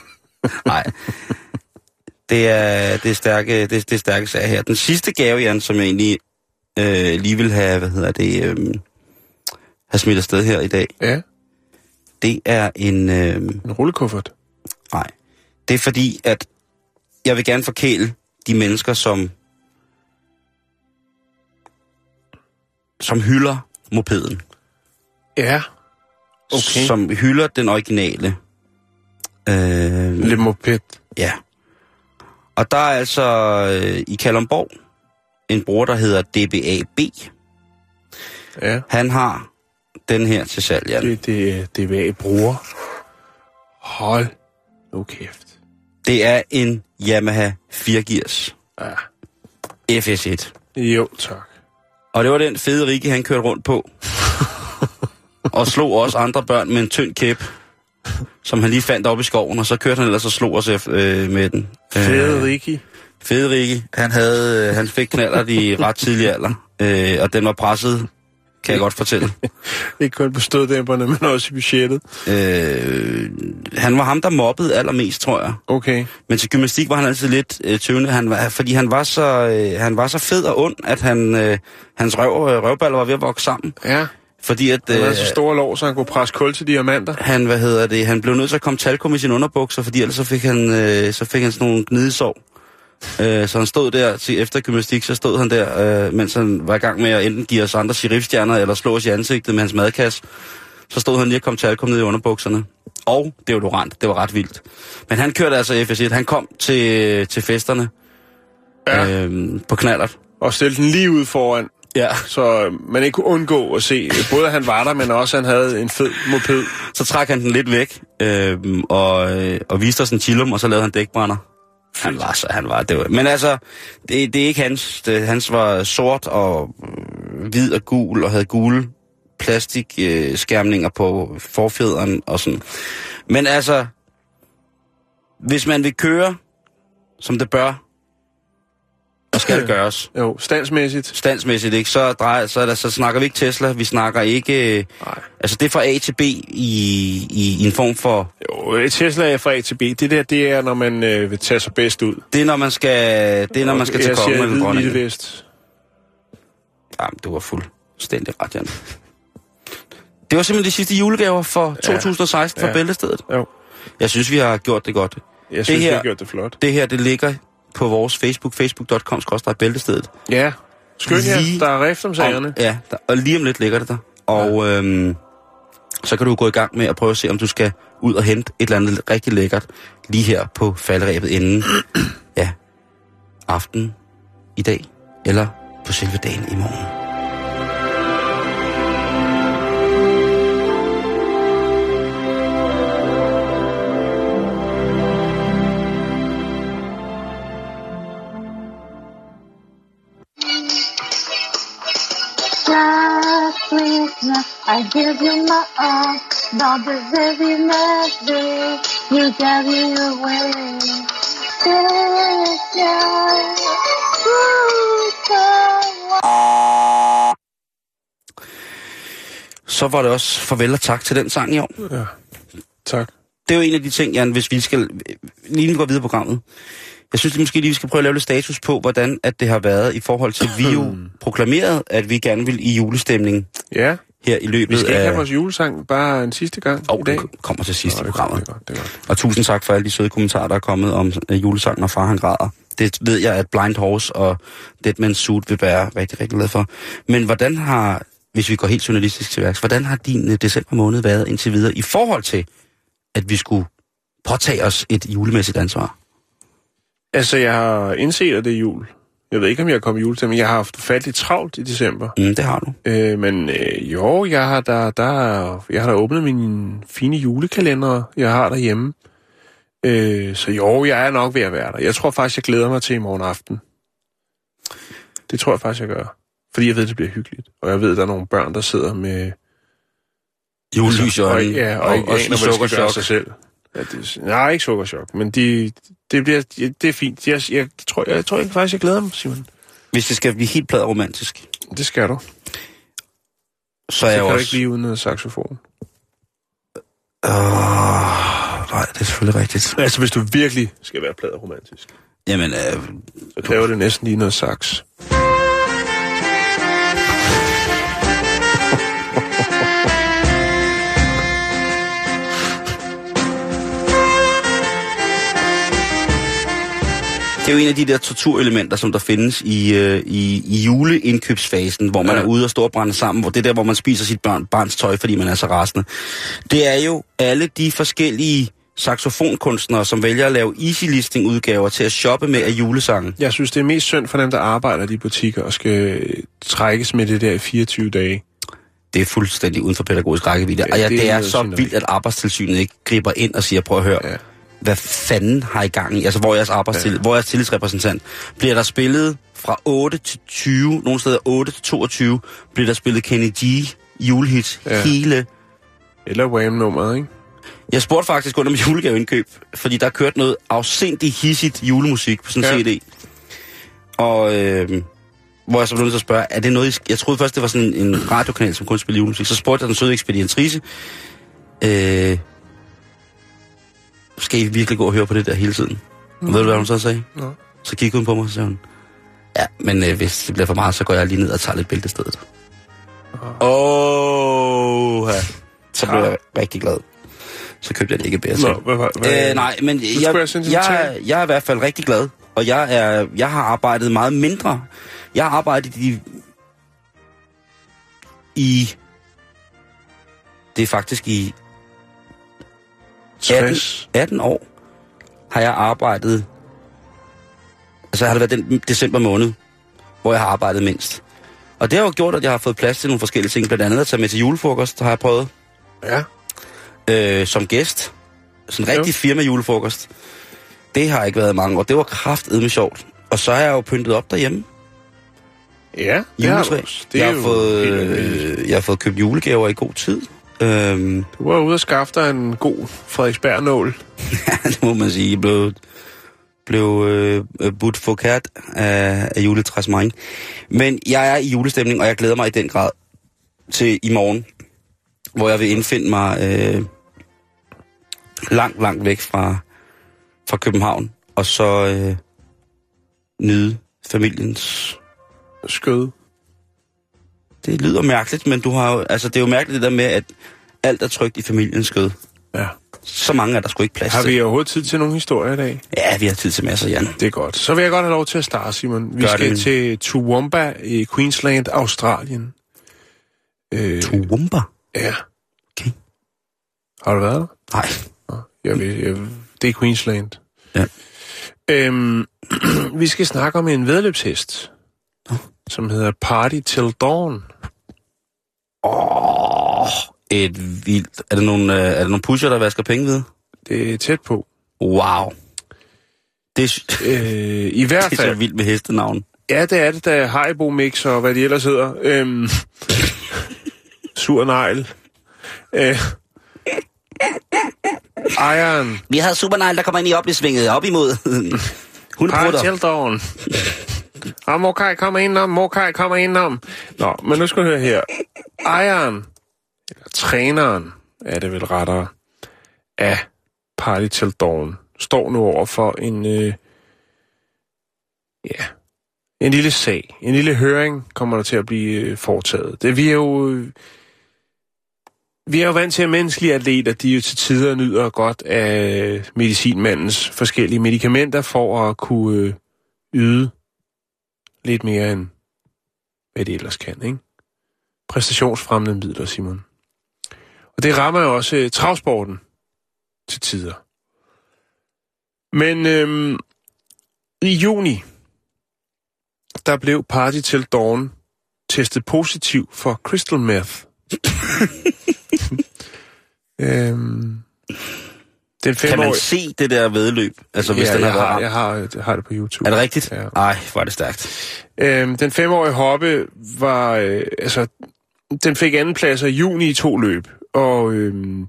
E: [LAUGHS] nej. Det er, det, er stærke, det, er- det er stærke sager her. Den sidste gave, Jan, som jeg egentlig øh, lige vil have, hvad hedder det, øh, have smidt afsted her i dag,
B: Ja,
E: det er en... Øh,
B: en rullekuffert.
E: Nej. Det er fordi, at jeg vil gerne forkæle de mennesker, som som hylder mopeden.
B: Ja. Okay. Som...
E: Som hylder den originale. Øh,
B: Le moped.
E: ja. Og der er altså øh, i Kalundborg en bror, der hedder DBAB.
B: Ja.
E: Han har den her til salg, Jan.
B: Det, det, det er hvad jeg bruger. Hold nu kæft.
E: Det er en Yamaha 4-gears
B: Ja.
E: FS1.
B: Jo, tak.
E: Og det var den fede Rikke, han kørte rundt
B: [LAUGHS]
E: på. og slog også andre børn med en tynd kæp, som han lige fandt op i skoven, og så kørte han ellers og slog os ef- øh, med den. Øh,
B: Fede Rikki.
E: Fede Rikke, han, havde, øh, han fik knaller i ret tidlig alder, øh, og den var presset, kan jeg godt fortælle.
B: Ikke kun på støddæmperne, [LAUGHS] men også i budgettet.
E: Øh, han var ham, der mobbede allermest, tror jeg.
B: Okay.
E: Men til gymnastik var han altid lidt øh, tøvende, han var, fordi han var, så, øh, han var så fed og ond, at han, øh, hans røv, øh, røvballer var ved at vokse sammen.
B: Ja.
E: Fordi at, øh,
B: Det var så store lov, så han kunne presse kul til diamanter.
E: han, hvad hedder det, han blev nødt til at komme talkum i sine underbukser, fordi ellers så fik han, øh, så fik han sådan nogle gnidesår. Øh, så han stod der til efter gymnastik, så stod han der, øh, mens han var i gang med at enten give os andre sheriffstjerner, eller slå os i ansigtet med hans madkasse. Så stod han lige og kom talkum ned i underbukserne. Og deodorant, det var ret vildt. Men han kørte altså FS1, han kom til, til festerne ja. øh, på knallert.
B: Og stille den lige ud foran,
E: Ja.
B: så øh, man ikke kunne undgå at se, øh, både at han var der, men også at han havde en fed moped.
E: øhm, Så trak han den lidt væk, øh, og, øh, og viste os en chillum, og så lavede han dækbrænder. Han var så, han var, det var. Men altså, det, det er ikke hans. Det, hans var sort og øh, hvid og gul, og havde gule plastikskærmninger øh, skærmninger på forfjederen og sådan. Men altså, hvis man vil køre, som det bør, og skal det gøres,
B: Jo, standsmæssigt.
E: standsmæssigt ikke, så, drejer, så, er der, så snakker vi ikke Tesla, vi snakker ikke... Øh,
B: Nej.
E: altså, det er fra A til B i, i, i en form for...
B: Jo, øh, Tesla er fra A til B. Det der, det er, når man øh, vil tage sig bedst ud.
E: Det er, når man skal, det er, når man skal til
B: Jeg siger
E: kongen med den
B: hvid
E: grønne.
B: lille
E: engel.
B: vest.
E: Jamen, du var fuldstændig ret, Jan. Det var simpelthen de sidste julegaver for 2016 fra
B: Ja.
E: Bæltestedet.
B: Jo.
E: Jeg synes, vi har gjort det godt.
B: Jeg synes,
E: her-
B: vi har gjort det flot.
E: Det her, det ligger på vores Facebook, facebook.com, bæltestedet.
B: Ja. Skønt
E: Lige
B: her. Der er rift om sagerne.
E: Og, ja, der, og lige om lidt ligger det der. Og øhm, så kan du gå i gang med at prøve at se, om du skal ud og hente et eller andet rigtig lækkert lige her på falderæbet inden [CLEARS THROAT] ja, aften i dag, eller på selve dagen i morgen.
G: Last Christmas, I gave you my all, but this very magic you gave it away. This year, ooh, so
E: Så var det også farvel og tak til den sang i år.
B: Tak.
E: det er jo en af de ting, Jan, hvis vi skal... Lige inden vi går videre på programmet. Jeg synes lige måske lige, vi skal prøve at lave lidt status på, hvordan at det har været i forhold til, vi
B: [CLEARS THROAT]
E: jo proklamerede, at vi gerne vil i julestemning
B: Ja.
E: her i løbet
B: Vi skal ikke
E: af...
B: have vores julesang bare en sidste gang
E: Åh,
B: i
E: oh,
B: dag.
E: den kommer til sidst
B: Nå,
E: i
B: det er godt,
E: programmet.
B: det er godt, det er godt.
E: Og tusind tak for alle de søde kommentarer, der er kommet om øh, julesangen og far han græder. Det ved jeg, at Blind Horse og Dead Man's Suit vil være rigtig, rigtig glad for. Men hvordan har, hvis vi går helt journalistisk til værks, hvordan har din øh, december måned været indtil videre i forhold til, at vi skulle påtage os et julemæssigt ansvar?
B: Altså, jeg har indset, at det er jul. Jeg ved ikke, om jeg er kommet i juletid, men jeg har haft fattigt travlt i december.
E: Mm, det har du.
B: Øh, men øh, jo, jeg har da, der, jeg har da åbnet mine fine julekalender, jeg har derhjemme. Øh, så jo, jeg er nok ved at være der. Jeg tror faktisk, jeg glæder mig til i morgen aften. Det tror jeg faktisk, jeg gør. Fordi jeg ved, det bliver hyggeligt. Og jeg ved, der er nogle børn, der sidder med...
E: Julelys i
B: og,
E: øjnene.
B: ja, og, og, og, og
E: i
B: sukkerchok. Sig selv. Ja, det, nej, ikke sukkerchok, men de, det, bliver, det er fint. Jeg, jeg, tror, jeg, jeg tror ikke faktisk, jeg glæder mig, Simon.
E: Hvis det skal blive helt plad romantisk,
B: Det skal du.
E: så er
B: Det
E: jeg
B: kan
E: jo
B: du ikke
E: også...
B: blive uden noget saxofon.
E: Åh, nej, det er selvfølgelig rigtigt.
B: Altså, hvis du virkelig skal være pladeromantisk.
E: Jamen, øh,
B: Så kræver det næsten lige noget saks.
E: det er jo en af de der torturelementer, som der findes i, øh, i, i juleindkøbsfasen, hvor man
B: Ja.
E: er ude og står og brænde sammen, hvor det er der, hvor man spiser sit børn, barns tøj, fordi man er så rasende. Det er jo alle de forskellige saxofonkunstnere, som vælger at lave easy listing udgaver til at shoppe med af julesange.
B: Jeg synes, det er mest synd for dem, der arbejder i de butikker og skal øh, trækkes med det der i 24 dage.
E: Det er fuldstændig uden for pædagogisk rækkevidde. Ja, og ja, det, det er
B: noget
E: så
B: svineri.
E: vildt, at arbejdstilsynet ikke griber ind og siger, prøv at høre, ja.
B: Ja.
E: hvad fanden har I gang i? Altså, hvor er jeres, arbejdstil, ja. hvor er jeres tillidsrepræsentant? Bliver der spillet fra 8 til 20, nogle steder 8 til 22, bliver der spillet Kenny G julehit ja.
B: Ja.
E: hele...
B: Eller Wham-nummeret, ikke?
E: Jeg spurgte faktisk under mit julegaveindkøb, fordi der kørte noget afsindig hissigt julemusik på sådan en
B: Ja.
E: CD. Og øh, hvor jeg så blev nødt til at spørge, er det noget, I sk- jeg troede først, det var sådan en radiokanal, som kun spillede julemusik. Så spurgte jeg den søde ekspedientrice, øh, skal I virkelig gå og høre på det der hele tiden? Og ved du, hvad hun så sagde?
B: Mm. Nå.
E: Så kiggede hun på mig, og så sagde hun, ja, men øh, hvis det bliver for meget, så går jeg lige ned og tager lidt bæltestedet. Åh, oh. så blev jeg rigtig glad. Så købte jeg det ikke bedre.
B: Nå, hvad, hvad, hvad?
E: Øh, nej, men
B: skulle
E: jeg,
B: jeg
E: jeg,
B: sende sin
E: jeg,
B: tale.
E: jeg er i hvert fald rigtig glad, og jeg, er, jeg har arbejdet meget mindre. Jeg har arbejdet i... I... Det er faktisk i 18,
B: 60.
E: 18 år, har jeg arbejdet... Altså har det været den december måned, hvor jeg har arbejdet mindst. Og det har jo gjort, at jeg har fået plads til nogle forskellige ting. Blandt andet at tage med til julefrokost, har jeg prøvet.
B: Ja.
E: øh, som gæst. Sådan en
B: Jo.
E: rigtig firma julefrokost. Det har ikke været i mange år. Det var kraftedme sjovt. Og så har jeg jo pyntet op derhjemme.
B: Ja, det har du.
E: Juletræ.
B: Det
E: Jeg
B: er
E: har,
B: jo
E: fået,
B: helt vanvittigt.
E: øh, jeg har fået købt julegaver i god tid. Øhm,
B: Du var ude og skaffe dig en god Frederiksberg-nål.
E: ja, det [LAUGHS] må man sige. Jeg blev, blev øh, øh, budt forkert af, af juletræsmange. Men jeg er i julestemning, og jeg glæder mig i den grad til i morgen, hvor jeg vil indfinde mig øh, langt, langt væk fra, fra København, og så øh, nyde familiens
B: Skød.
E: Det lyder mærkeligt, men du har jo, altså, det er jo mærkeligt det der med, at alt er trygt i familiens skød.
B: Ja.
E: Så mange er der sgu ikke plads
B: Har
E: til.
B: vi overhovedet tid til nogle historier i dag?
E: Ja, vi har tid til masser, Jan.
B: Det er godt. Så vil jeg godt have lov til at starte, Simon. Vi
E: Gør
B: skal
E: det.
B: til Toowoomba i Queensland, Australien. Øh,
E: Tuumba?
B: ja.
E: Okay.
B: Har du været der?
E: Nej.
B: Jeg ved, jeg, det er Queensland.
E: Ja.
B: Øhm, [CLEARS THROAT] vi skal snakke om en vedløbshest, som hedder Party Till Dawn.
E: Åh, et vildt... Er der nogle, øh, er der nogle pusher, der vasker penge ved?
B: Det er tæt på.
E: Wow. [LAUGHS] Det er, s-
B: Øh, I hvert
E: det er så
B: fald.
E: vildt med hestenavn.
B: Ja, det er det, der er Haribo Mix og hvad de ellers hedder. Øhm, [LAUGHS] sur negl. Øh, ejeren.
E: Vi har Supernegl, der kommer ind i oplysvinget op imod. [LAUGHS] Hun
B: Party
E: brutter.
B: Till Dawn. Og Mokai kommer indenom, Mokai kommer indenom. Nå, men nu skal du høre her. Ejeren, eller træneren, er det vel rettere, af Party Till Dawn, står nu over for en, øh, ja, en lille sag. En lille høring kommer der til at blive øh, foretaget. Det, vi er jo... øh, Vi er jo vant til, at menneskelige atleter, de jo til tider nyder godt af øh, medicinmandens forskellige medicamenter for at kunne øh, yde lidt mere end hvad de ellers kan, ikke? Præstationsfremmende midler, Simon. Og det rammer jo også øh, travsporten til tider. Men øhm, i juni, der blev Party til Dawn testet positiv for crystal meth.
E: [LAUGHS]
B: øhm, den
E: Kan man
B: femårige...
E: se det der vedløb? Altså, hvis
B: ja,
E: den har
B: jeg,
E: været
B: har,
E: ramt?
B: jeg, har, jeg har det på YouTube.
E: Er det rigtigt?
B: Ja.
E: Nej, hvor er det stærkt.
B: Øhm, den femårige hoppe var, øh, altså, den fik andenpladser i juni i to løb, og øhm,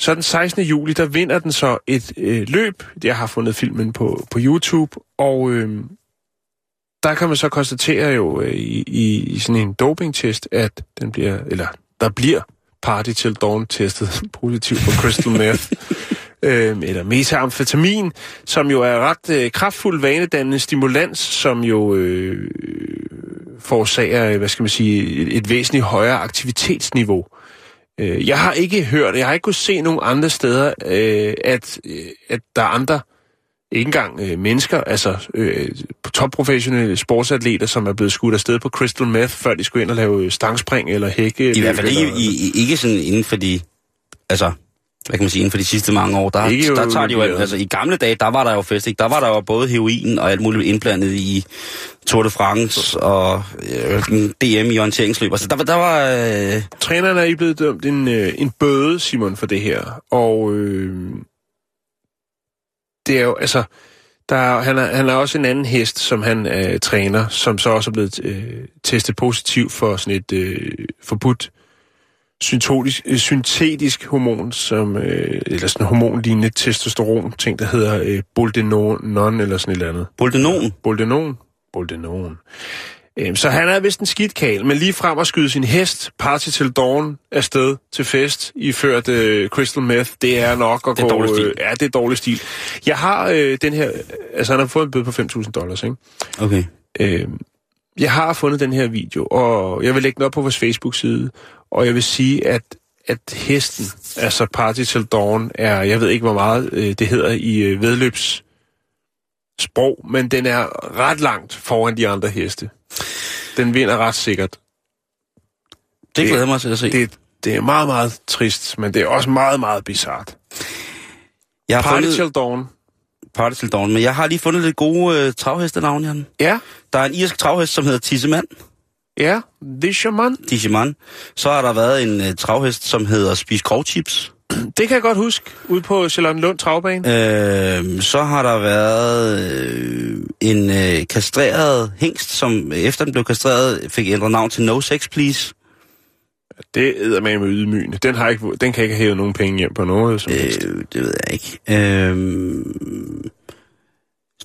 B: så den 16. juli, der vinder den så et øh, løb. Jeg har fundet filmen på, på YouTube, og øhm, der kan man så konstatere jo øh, i, i, i sådan en dopingtest, at den bliver, eller der bliver Party til Dawn [LAUGHS] testet positiv for crystal meth. Øhm, eller metamfetamin, som jo er ret øh, kraftfuld vanedannende stimulans, som jo øh, forårsager, øh, hvad skal man sige, et, et væsentligt højere aktivitetsniveau. Øh, jeg har ikke hørt, jeg har ikke kunnet se nogen andre steder, øh, at, øh, at der er andre, ikke engang øh, mennesker, altså øh, topprofessionelle sportsatleter, som er blevet skudt afsted på crystal meth, før de skulle ind og lave øh, stangspring eller hække.
E: I hvert fald ikke,
B: eller-
E: i, i, ikke sådan inden for de, altså, hvad kan man sige, inden for de sidste mange år, der,
B: Ikke
E: ikke der
B: jo
E: tager de jo, alt.
B: olympiade.
E: altså i gamle dage, der var der jo fest, ikke? der var der jo både heroin og alt muligt indblandet i Tour de France og øh, DM i orienteringsløb, altså der, var- der var, øh,
B: Træneren er i blevet dømt en, øh, en bøde, Simon, for det her. Og øh, det er jo, altså, der er, han, er, han er også en anden hest, som han øh, træner, som så også er blevet øh, testet positiv for sådan et øh, forbudt syntetisk, øh, syntetisk hormon, som, øh, eller sådan en hormonlignende testosteron, ting, der hedder øh, boldenon, eller sådan et eller andet.
E: Boldenon.
B: Boldenon. Boldenon. Øhm, Så han er vist en skidt kagel, men lige frem at skyde sin hest, party til dawn, afsted til fest, iført øh, crystal meth, det er nok at
E: Det er
B: gå... øh,
E: dårlig stil.
B: ja, det er dårlig stil. Jeg har øh, den her... Altså, han har fået en bøde på 5.000 dollars, ikke?
E: Okay.
B: Øh, jeg har fundet den her video, og jeg vil lægge den op på vores Facebook-side, og jeg vil sige, at, at hesten, altså Party Till Dawn, er, jeg ved ikke, hvor meget øh, det hedder i øh, vedløbs sprog, men den er ret langt foran de andre heste. Den vinder ret sikkert.
E: Det glæder jeg mig til at se.
B: Det, det er meget, meget trist, men det er også meget, meget bizart.
E: Jeg har
B: Party
E: fundet
B: Till Dawn.
E: Party til Dawn, men jeg har lige fundet lidt gode øh, travhestenavn, Jan.
B: Ja,
E: Der er en irsk travhest, som hedder Tissemand.
B: ja, det er charmant.
E: Digimon. Så har der været en øh, travhest, som hedder Spis Krogchips.
B: Det kan jeg godt huske, ude på Charlottenlund Travbane.
E: Øh, så har der været øh, en øh, kastreret hengst, som efter den blev kastreret, fik ændret navn til No Sex Please.
B: Det æder med med ydmygende. Den, har ikke, den kan ikke have hævet nogen penge hjem på noget som helst.
E: Øh, det ved jeg ikke. Øh,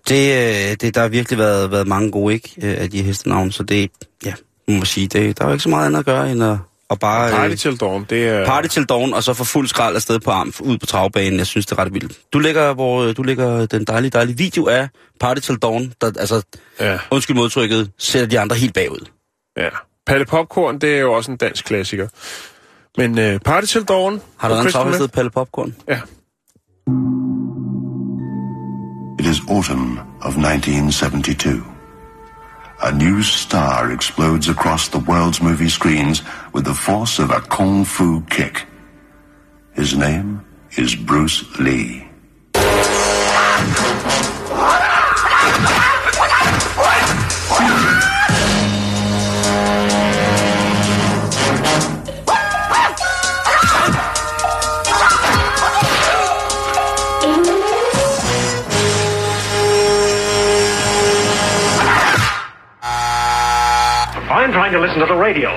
E: det, øh, det, der har virkelig været, været mange gode, ikke? øh, Af de hestenavne, så det, ja, må man sige, det, der er jo ikke så meget andet at gøre, end at, at bare... øh,
B: Party til dawn, det er...
E: Party til dawn, og så for fuld skrald afsted på arm ud på travbanen. Jeg synes, det er ret vildt. Du lægger, hvor, du lægger den dejlige, dejlige video af Party til dawn, der, altså,
B: Ja,
E: undskyld modtrykket, sætter de andre helt bagud.
B: ja. Palle Popcorn, det er jo også en dansk klassiker. Men øh, Party til dawn...
E: Har du
B: og
E: været en
B: Christian
E: travlsted, Palle Popcorn?
B: med? Ja.
H: It is autumn of 1972. A new star explodes across the world's movie screens with the force of a kung fu kick. His name is Bruce Lee.
I: I'm trying to listen to the radio.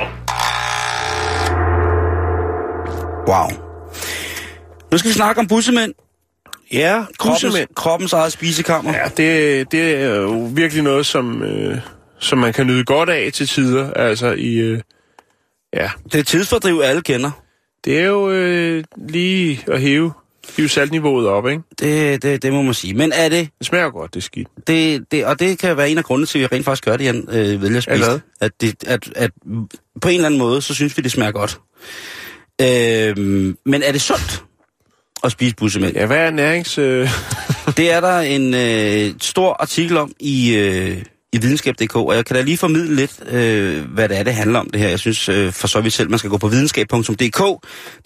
E: Wow. Nu skal vi snakke om bussemænd.
B: Ja,
E: Kroppens,
B: Krussemænd.
E: kroppens eget spisekammer.
B: Ja, det, det er jo virkelig noget, som, øh, som man kan nyde godt af til tider. Altså i... Øh, ja,
E: Det er tidsfordriv, alle kender.
B: det er jo øh, lige at hæve, hæve saltniveauet op, ikke?
E: Det, det, det må man sige. Men er det,
B: Det smager godt, det er skidt.
E: det, det, og det kan være en af grundene til, at vi rent faktisk gør det, Jan, øh, vælger at spise.
B: Eller hvad?
E: At, det, at, at på en eller anden måde, så synes vi, det smager godt. Øh, men er det sundt at spise bussemænd?
B: Ja, hvad er nærings... Øh, [LAUGHS]
E: Det er der en øh, stor artikel om i, øh, i videnskab.dk, og jeg kan da lige formidle lidt, øh, hvad det er, det handler om det her. Jeg synes øh, for så vidt selv, man skal gå på videnskab.dk. Det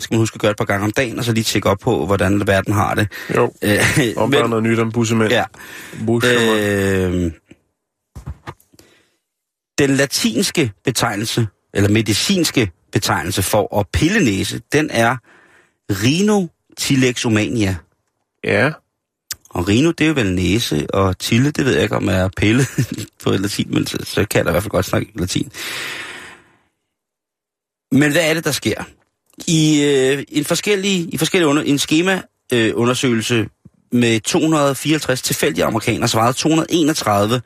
E: skal man huske at gøre et par gange om dagen, og så lige tjekke op på, hvordan verden har det.
B: jo,
E: Øh,
B: om der er noget nyt om bussemænd.
E: ja.
B: Bussemænd.
E: Øh, den latinske betegnelse, eller medicinske betegnelse for at pille næse, den er rhinotilexomania.
B: Ja.
E: Og rino, det er jo vel næse, og tille, det ved jeg ikke om er pille [LAUGHS] på latin, men så, så kan jeg da i hvert fald godt snakke latin. Men hvad er det, der sker? I øh, en forskellig, i forskellige under, en schema øh, undersøgelse med 254 tilfældige amerikanere svarede 231,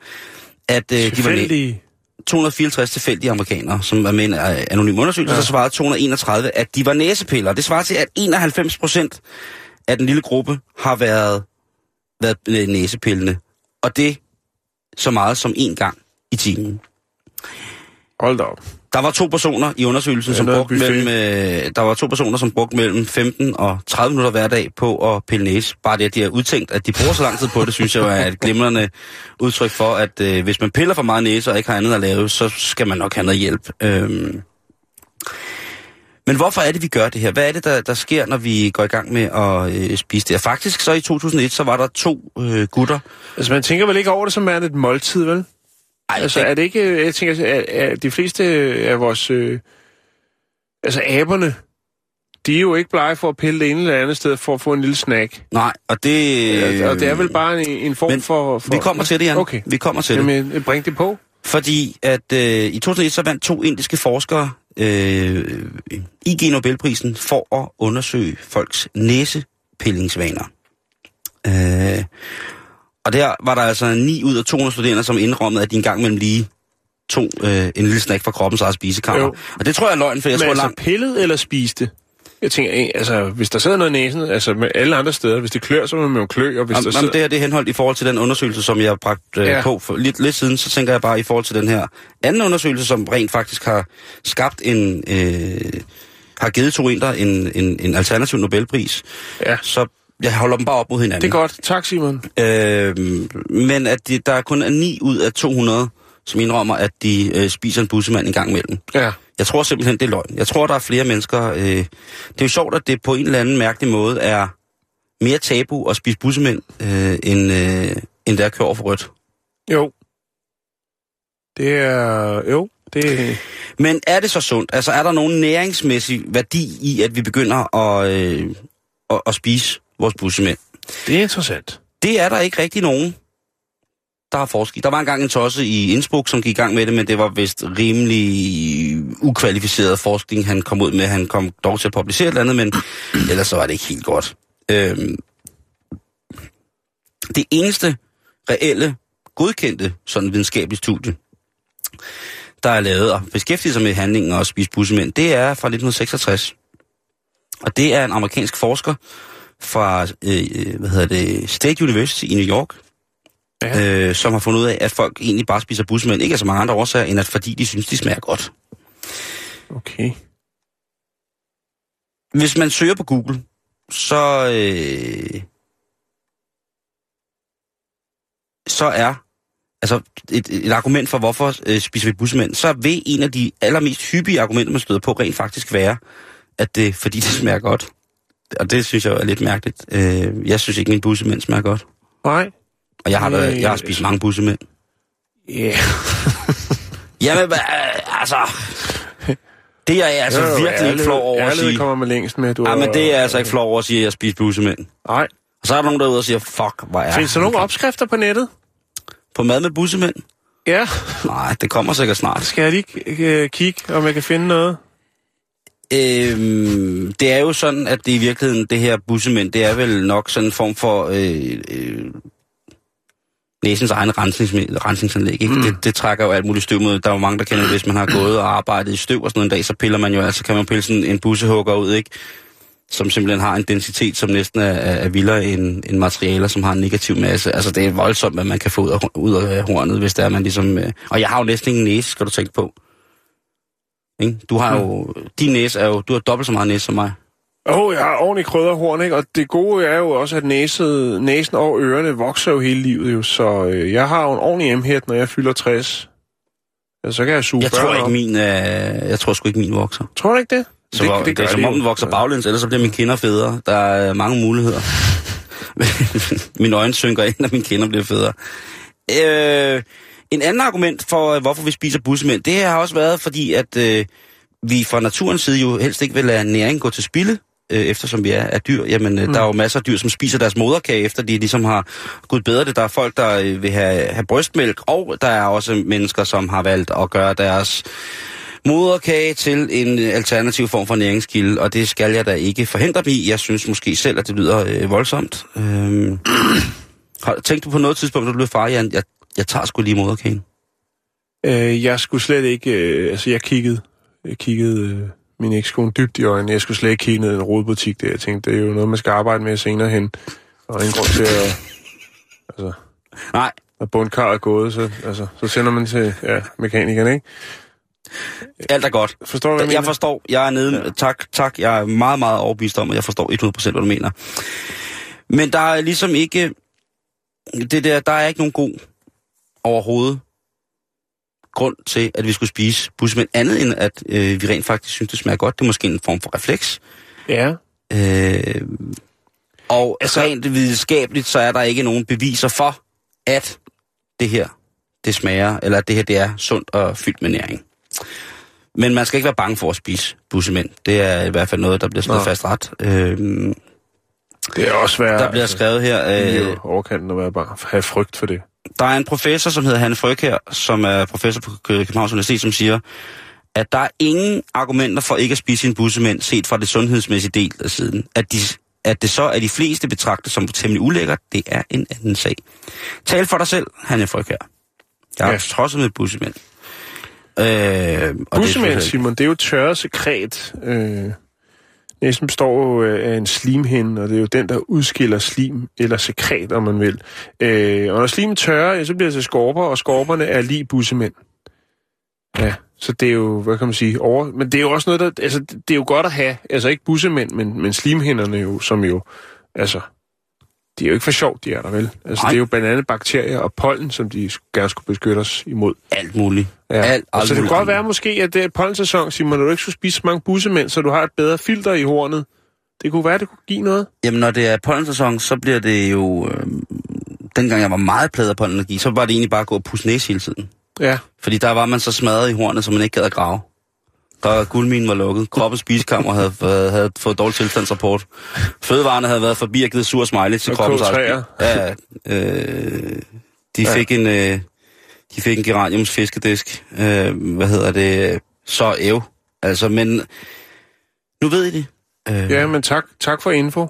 E: at øh, de var læ-
B: Tilfældige.
E: 254 tilfældige amerikanere, som er med i en øh, anonym undersøgelse, ja. så svarede 231, at de var næsepiller. Det svarer til, at 91 procent af den lille gruppe har været, været øh, næsepillende. Og det så meget som én gang i timen.
B: Hold da op.
E: Der var to personer i undersøgelsen,
B: Ja,
E: som
B: noget
E: brugte
B: buffet.
E: mellem, øh, der var to personer, som brugte mellem 15 og 30 minutter hver dag på at pille næse. Bare det, at de har udtænkt, at de bruger så lang tid på det, synes jeg jo er et glimrende udtryk for, at øh, hvis man piller for meget næse og ikke har andet at lave, så skal man nok have noget hjælp. Øhm. Men hvorfor er det, vi gør det her? Hvad er det, der, der sker, når vi går i gang med at øh, spise det? Og faktisk så i 2001, så var der to øh, gutter.
B: Altså, man tænker vel ikke over det som værende et måltid, vel?
E: Ej,
B: Altså, er det ikke... Jeg tænker, er, er de fleste af vores... Øh, altså, aberne, de er jo ikke blege for at pille det ene eller andet sted for at få en lille snack.
E: Nej, og det...
B: Øh, og det er vel bare en, en form
E: men
B: for, for...
E: Vi kommer til det, Jan.
B: Okay.
E: Vi kommer til det.
B: Jamen, øh, bring det på.
E: Fordi at øh, i 2001 så vandt to indiske forskere øh, IG Nobelprisen for at undersøge folks næsepillingsvaner. Øh, og der var der altså 9 ud af 200 studerende, som indrømmede, at de engang mellem lige tog øh, en lille snack fra kroppens eget spisekammer.
B: Jo.
E: Jo. Og det tror jeg er løgn, for jeg
B: Jeg
E: tror
B: men tror,
E: langt...
B: altså, pillet eller spiste? Jeg tænker, eh, altså, hvis der sidder noget i næsen, altså med alle andre steder, hvis det klør, så må man jo klø, og hvis der
E: Jamen, jamen,
B: sidder...
E: det her det er henholdt i forhold til den undersøgelse, som jeg har bragt øh,
B: Ja.
E: ja. på for lidt, lidt siden, så tænker jeg bare i forhold til den her anden undersøgelse, som rent faktisk har skabt en... Øh, har givet to indre en, en, en alternativ Nobelpris.
B: Ja.
E: Så jeg holder dem bare op mod hinanden.
B: det er godt. Tak, Simon.
E: Øh, men at de, der kun er 9 ud af 200, som indrømmer, at de øh, spiser en bussemand en gang imellem.
B: Ja.
E: Jeg tror simpelthen, det er løgn. Jeg tror, der er flere mennesker... Øh, det er jo sjovt, at det på en eller anden mærkelig måde er mere tabu at spise bussemænd, øh, end, øh, end det er at køre over for rødt.
B: Jo. Det er... Jo. Det,
E: Men er det så sundt? Altså, er der nogen næringsmæssig værdi i, at vi begynder at, øh, og, og spise vores bussemænd.
B: Det er interessant.
E: Det er der ikke rigtig nogen, der har forsket. i. Der var engang en tosse i Innsbruck, som gik i gang med det, men det var vist rimelig ukvalificeret forskning, han kom ud med. Han kom dog til at publicere et eller andet, men [CLEARS THROAT] ellers så var det ikke helt godt. Øhm, det eneste reelle, godkendte sådan videnskabeligt studie, der er lavet og beskæftiger sig med handlingen og at spise bussemænd, det er fra 1966. Og det er en amerikansk forsker fra øh, hvad hedder det, State University i New York, ja. øh, som har fundet ud af, at folk egentlig bare spiser bussemænd, ikke af så mange andre årsager, end at fordi de synes, de smager godt.
B: Okay.
E: Hvis man søger på Google, så øh, så er altså et, et argument for, hvorfor øh, spiser vi bussemænd, så vil en af de allermest hyppige argumenter, man støder på, rent faktisk være, at det er fordi, det smager godt. Og det synes jeg jo er lidt mærkeligt. Øh, jeg synes ikke, min bussemænd smager godt.
B: Nej.
E: Og jeg har, været,
B: Øh,
E: jeg har spist mange bussemænd.
B: Ja.
E: Jamen,
B: [LAUGHS]
E: øh, altså... Det er jeg altså
B: Jo, jo,
E: virkelig ikke
B: ærlighed-
E: flov over at
B: ærlighed
E: sige.
B: kommer man længst med. Du
E: Ja,
B: har-
E: men det er jeg altså ikke flov over at sige, at jeg spiser bussemænd.
B: Nej.
E: Og så er der nogen derude og siger, fuck, hvor er
B: Findes der nogle opskrifter på nettet?
E: På mad med bussemænd?
B: Ja.
E: Nej, det kommer sikkert snart.
B: Skal jeg lige øh, kigge, om jeg kan finde noget?
E: Øhm, det er jo sådan, at det i virkeligheden, det her bussemænd, det er vel nok sådan en form for øh, øh, næsens egen rensningsmiddel- rensningsanlæg. Ikke? Mm. Det, det, trækker jo alt muligt støv mod. Der er jo mange, der kender det, hvis man har gået og arbejdet i støv og sådan noget en dag, så piller man jo, altså kan man pille sådan en bussehugger ud, ikke? som simpelthen har en densitet, som næsten er, er, er vildere end, end materialer, som har en negativ masse. Altså, det er voldsomt, hvad man kan få ud af, ud af hornet, hvis der er man ligesom... Øh, og jeg har jo næsten ingen næse, skal du tænke på. Ikke? Du har jo... Din næse er jo... Du har dobbelt så meget næse som mig.
B: Åh, oh, jeg har ordentligt krydderhorn, ikke? Og det gode er jo også, at næset, næsen og ørerne vokser jo hele livet, jo. Så øh, jeg har jo en ordentlig m når jeg fylder 60. Ja, så kan jeg suge
E: Jeg
B: børn
E: tror ikke,
B: op.
E: min er, Jeg tror sgu ikke, min vokser.
B: Tror du ikke det?
E: Så det, det, det, det er som om, den vokser baglæns, ellers så bliver mine kinder federe. Der er mange muligheder. [LAUGHS] mine øjne synker ind, og mine kinder bliver federe. Øh, en anden argument for, øh, hvorfor vi spiser bussemænd, det har også været, fordi at øh, vi fra naturens side jo helst ikke vil lade næring gå til spilde, øh, eftersom vi er, er dyr. Jamen, øh, mm. der er jo masser af dyr, som spiser deres moderkage, efter de ligesom har gået bedre det. Der er folk, der øh, vil have, have brystmælk, og der er også mennesker, som har valgt at gøre deres moderkage til en øh, alternativ form for næringskilde, og det skal jeg da ikke forhindre dem i. Jeg synes måske selv, at det lyder øh, voldsomt. Øhm, [CLEARS THROAT] har- tænkte du på noget tidspunkt, da du blev far, Jan, jeg, jeg tager sgu lige moderkagen?
B: Øh, jeg skulle slet ikke... Øh, altså, jeg kiggede, jeg kiggede øh, min ekskone dybt i øjnene. Jeg skulle slet ikke kigge ned i en rodbutik der. Jeg tænkte, det er jo noget, man skal arbejde med senere hen. Og ingen grund til at... Altså,
E: Nej,
B: når bundkar er gået, så, altså, så sender man til ja, mekanikeren, ikke?
E: alt er godt.
B: Forstår du, hvad jeg,
E: Jeg
B: mener?
E: forstår, jeg er nede. Ja. Tak, tak. Jeg er meget, meget overbevist om, at jeg forstår 100% hvad du mener. Men der er ligesom ikke... Det der, der er ikke nogen god overhovedet grund til, at vi skulle spise bussemænd andet end, at øh, vi rent faktisk synes, det smager godt. Det er måske en form for refleks.
B: Ja.
E: Øh, og altså,
B: Altså-
E: rent videnskabeligt, så er der ikke nogen beviser for, at det her, det smager, eller at det her, det er sundt og fyldt med næring. Men man skal ikke være bange for at spise bussemænd. Det er i hvert fald noget, der bliver slået
B: Nå.
E: fast ret. Øh,
B: Det er også svært.
E: der bliver skrevet her...
B: Øh,
E: Øh,
B: jo overkanten at være bare have frygt for det.
E: der er en professor, som hedder Hanne Fryg her, som er professor på Københavns Universitet, som siger, at der er ingen argumenter for ikke at spise sin bussemænd, set fra det sundhedsmæssige del af siden. At, de, at det så er de fleste betragtet som temmelig ulækkert, det er en anden sag. Tal for dig selv, Hanne Fryg her. Jeg har
B: Ja.
E: ja. trodset med bussemænd. Øh, og
B: Bussemænd,
E: det,
B: Simon, det er jo tørre sekret. Øh, næsten består jo øh, af en slimhinde, og det er jo den, der udskiller slim, eller sekret, om man vil. Øh, og når slimen tørrer, ja, så bliver det til skorper, og skorperne er lige bussemænd. Ja, så det er jo, hvad kan man sige, over... Men det er jo også noget, der... Altså, det er jo godt at have, altså ikke bussemænd, men, men slimhinderne jo, som jo, altså... De er jo ikke for sjovt, de er der vel. Altså,
E: Nej.
B: det er jo blandt andet bakterier og pollen, som de gerne skulle beskytte os imod.
E: alt muligt. Ja. Alt,
B: og
E: alt
B: så det kan
E: muligt.
B: godt være måske, at det er pollensæson, Simon, og du ikke skulle spise så mange bussemænd, så du har et bedre filter i hornet. Det kunne være, det kunne give noget.
E: Jamen, når det er pollensæson, så bliver det jo... Øh, dengang jeg var meget pladet af pollenallergi, så var det egentlig bare at gå og pusse næse hele tiden.
B: Ja.
E: Fordi der var man så smadret i hornet, så man ikke gad at grave.
J: Der guldminen var lukket. Kroppens spisekammer havde, havde, havde fået dårlig tilstandsrapport. Fødevarene havde været forbi og givet sur smiley til
B: Og
J: kroppens
B: kogt
J: ejer. Ja, øh, de fik en... Øh, de fik en geraniums fiskedisk. Øh, hvad hedder det? Så ev. Altså, men... Nu ved I det. Øh,
B: Ja, men tak, tak for info.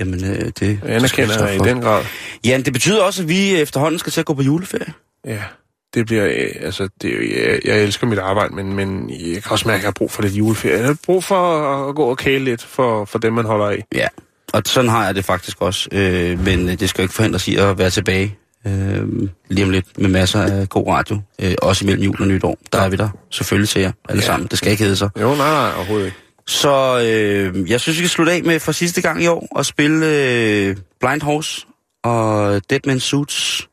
J: Jamen, øh, det...
B: Jeg anerkender
J: jeg
B: jeg i den grad.
J: Ja, men det betyder også, at vi efterhånden skal til at gå på juleferie.
B: Ja, det bliver... Øh, altså, det, er jo- jeg, jeg elsker mit arbejde, men, men jeg kan også mærke, at jeg har brug for lidt juleferie. Jeg har brug for at gå og kæle lidt for, for dem, man holder af.
J: Ja, og sådan har jeg det faktisk også. Øh, men øh, det skal jo ikke forhindre os i at være tilbage øh, lige om lidt med masser af god radio. Øh, også imellem jul og nytår. Der er vi der selvfølgelig til jer alle ja. sammen. Det skal ikke hedde sig.
B: Jo, nej, nej, overhovedet ikke.
J: Så øh, jeg synes, vi kan slutte af med for sidste gang i år og spille øh, Blind Horse og Dead Man Suits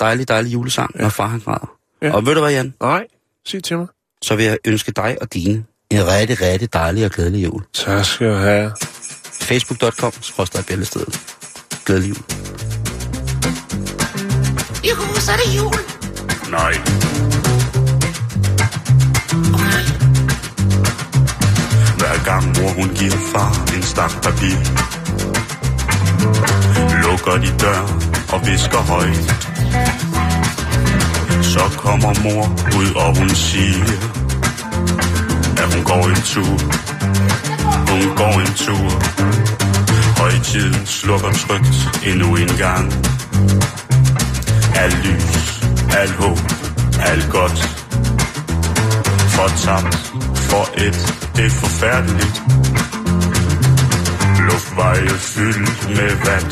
J: dejlig, dejlig julesang, ja. når far han græder. Ja.
B: Ja.
J: Og ved du hvad, Jan?
B: Nej, sig til mig.
J: Så vil jeg ønske dig og dine en rigtig, rigtig dejlig og glædelig jul.
B: Tak skal jeg have.
J: facebook.com skrådstræk bæltestedet. Glædelig jul.
D: I huset er det jul.
K: Nej.
J: Hver gang mor hun giver far en stak papir Lukker de dør og visker højt Så kommer mor ud og hun siger At hun går en tur Hun går en tur Højtiden slukker trygt endnu en gang Al lys, al håb, alt godt For tabt, for et, det er forfærdeligt Luftveje fyldt med vand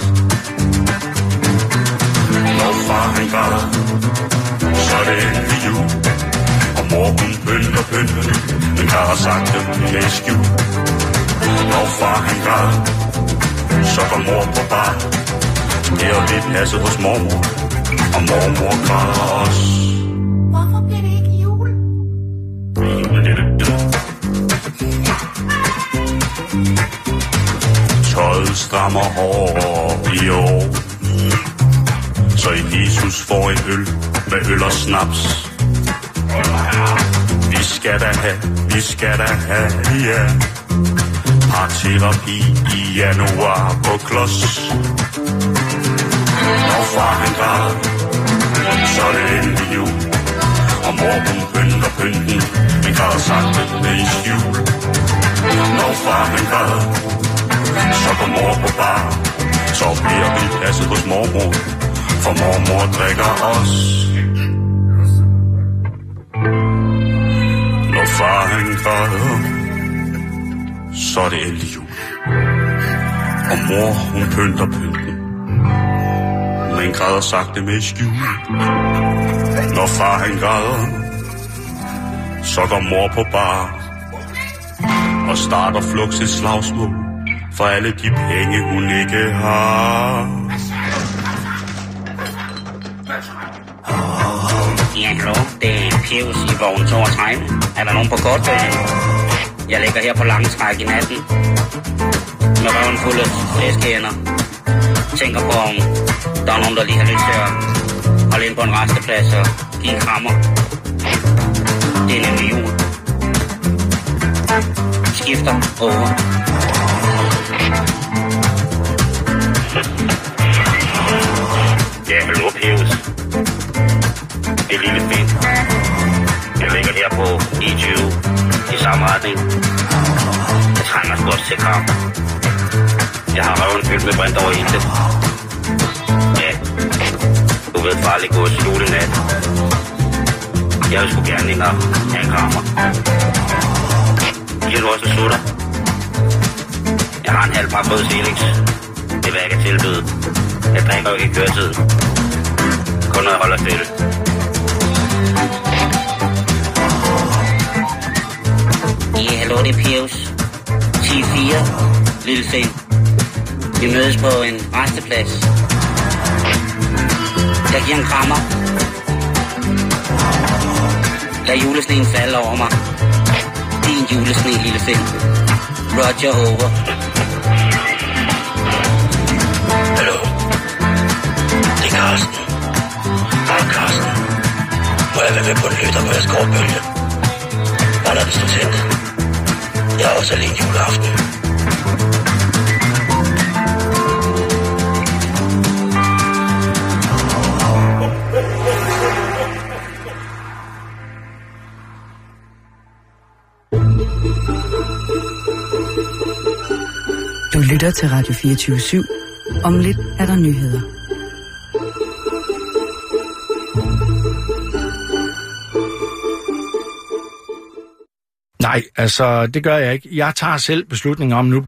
J: Når far han græder, så er det endelig jul Og mor hun pynter pynterne, men der har sagt dem med skjul Når far han græder, så går mor på bar Mere vi passet hos mormor, og mormor græder også
D: Hvorfor bliver det ikke jul?
J: Tøjet strammer hårdere i år Så Jesus får en øl med øl og snaps Vi skal da have, vi skal da have, ja Parterapi i januar på klods Når far han græder, så er det endelig jul Og mor hun pynter pynten, men græder sakte med i skjul Når far han græder, så går mor på bar Så bliver vi passet hos mormor For mormor drikker os Når far han græder Så er det endelig jul Og mor hun pynter pynten Men græder sagte med skjul Når far han græder Så går mor på bar Og starter flugt et slagsmål for alle de penge, hun ikke har.
E: Ja, hallo. Det er Pius i vogn 32. Er der nogen på kortbølgen? Jeg ligger her på langtræk i natten. Med røven fuld af flæskeænder. Tænker på, om der er nogen, der lige har lyst til at holde ind på en resteplads og give en krammer. Det er nemlig jul. Skifter over.
I: Ja, hallo, Pius. Det er lille Finn. Jeg ligger her på E20 E i samme retning. Jeg trænger sgu også til kamp. Jeg har røven fyldt med brint over hele. Ja, du ved farlig gå til julenat. Jeg vil sgu gerne ind og have en krammer. Giver du også en sutter? Jeg har en halv pakke rød Felix. Det er hvad jeg kan tilbyde. Jeg drikker jo ikke i køretid. Kun når jeg holder stille.
E: Ja, hallo, det er Pius. 10-4. Lille Finn. Vi mødes på en resteplads. Jeg giver en krammer. Lad julesneen falde over mig. Din julesne, lille Finn. Roger over.
I: Hallo. Det er Carsten. Hej Carsten. Må jeg være med på en lytter på jeres kortbølge? Hvordan er det stå til? aften.
A: Du lytter til Radio 24-7. Om lidt er der nyheder.
L: Nej, altså det gør jeg ikke. Jeg tager selv beslutningen om, nu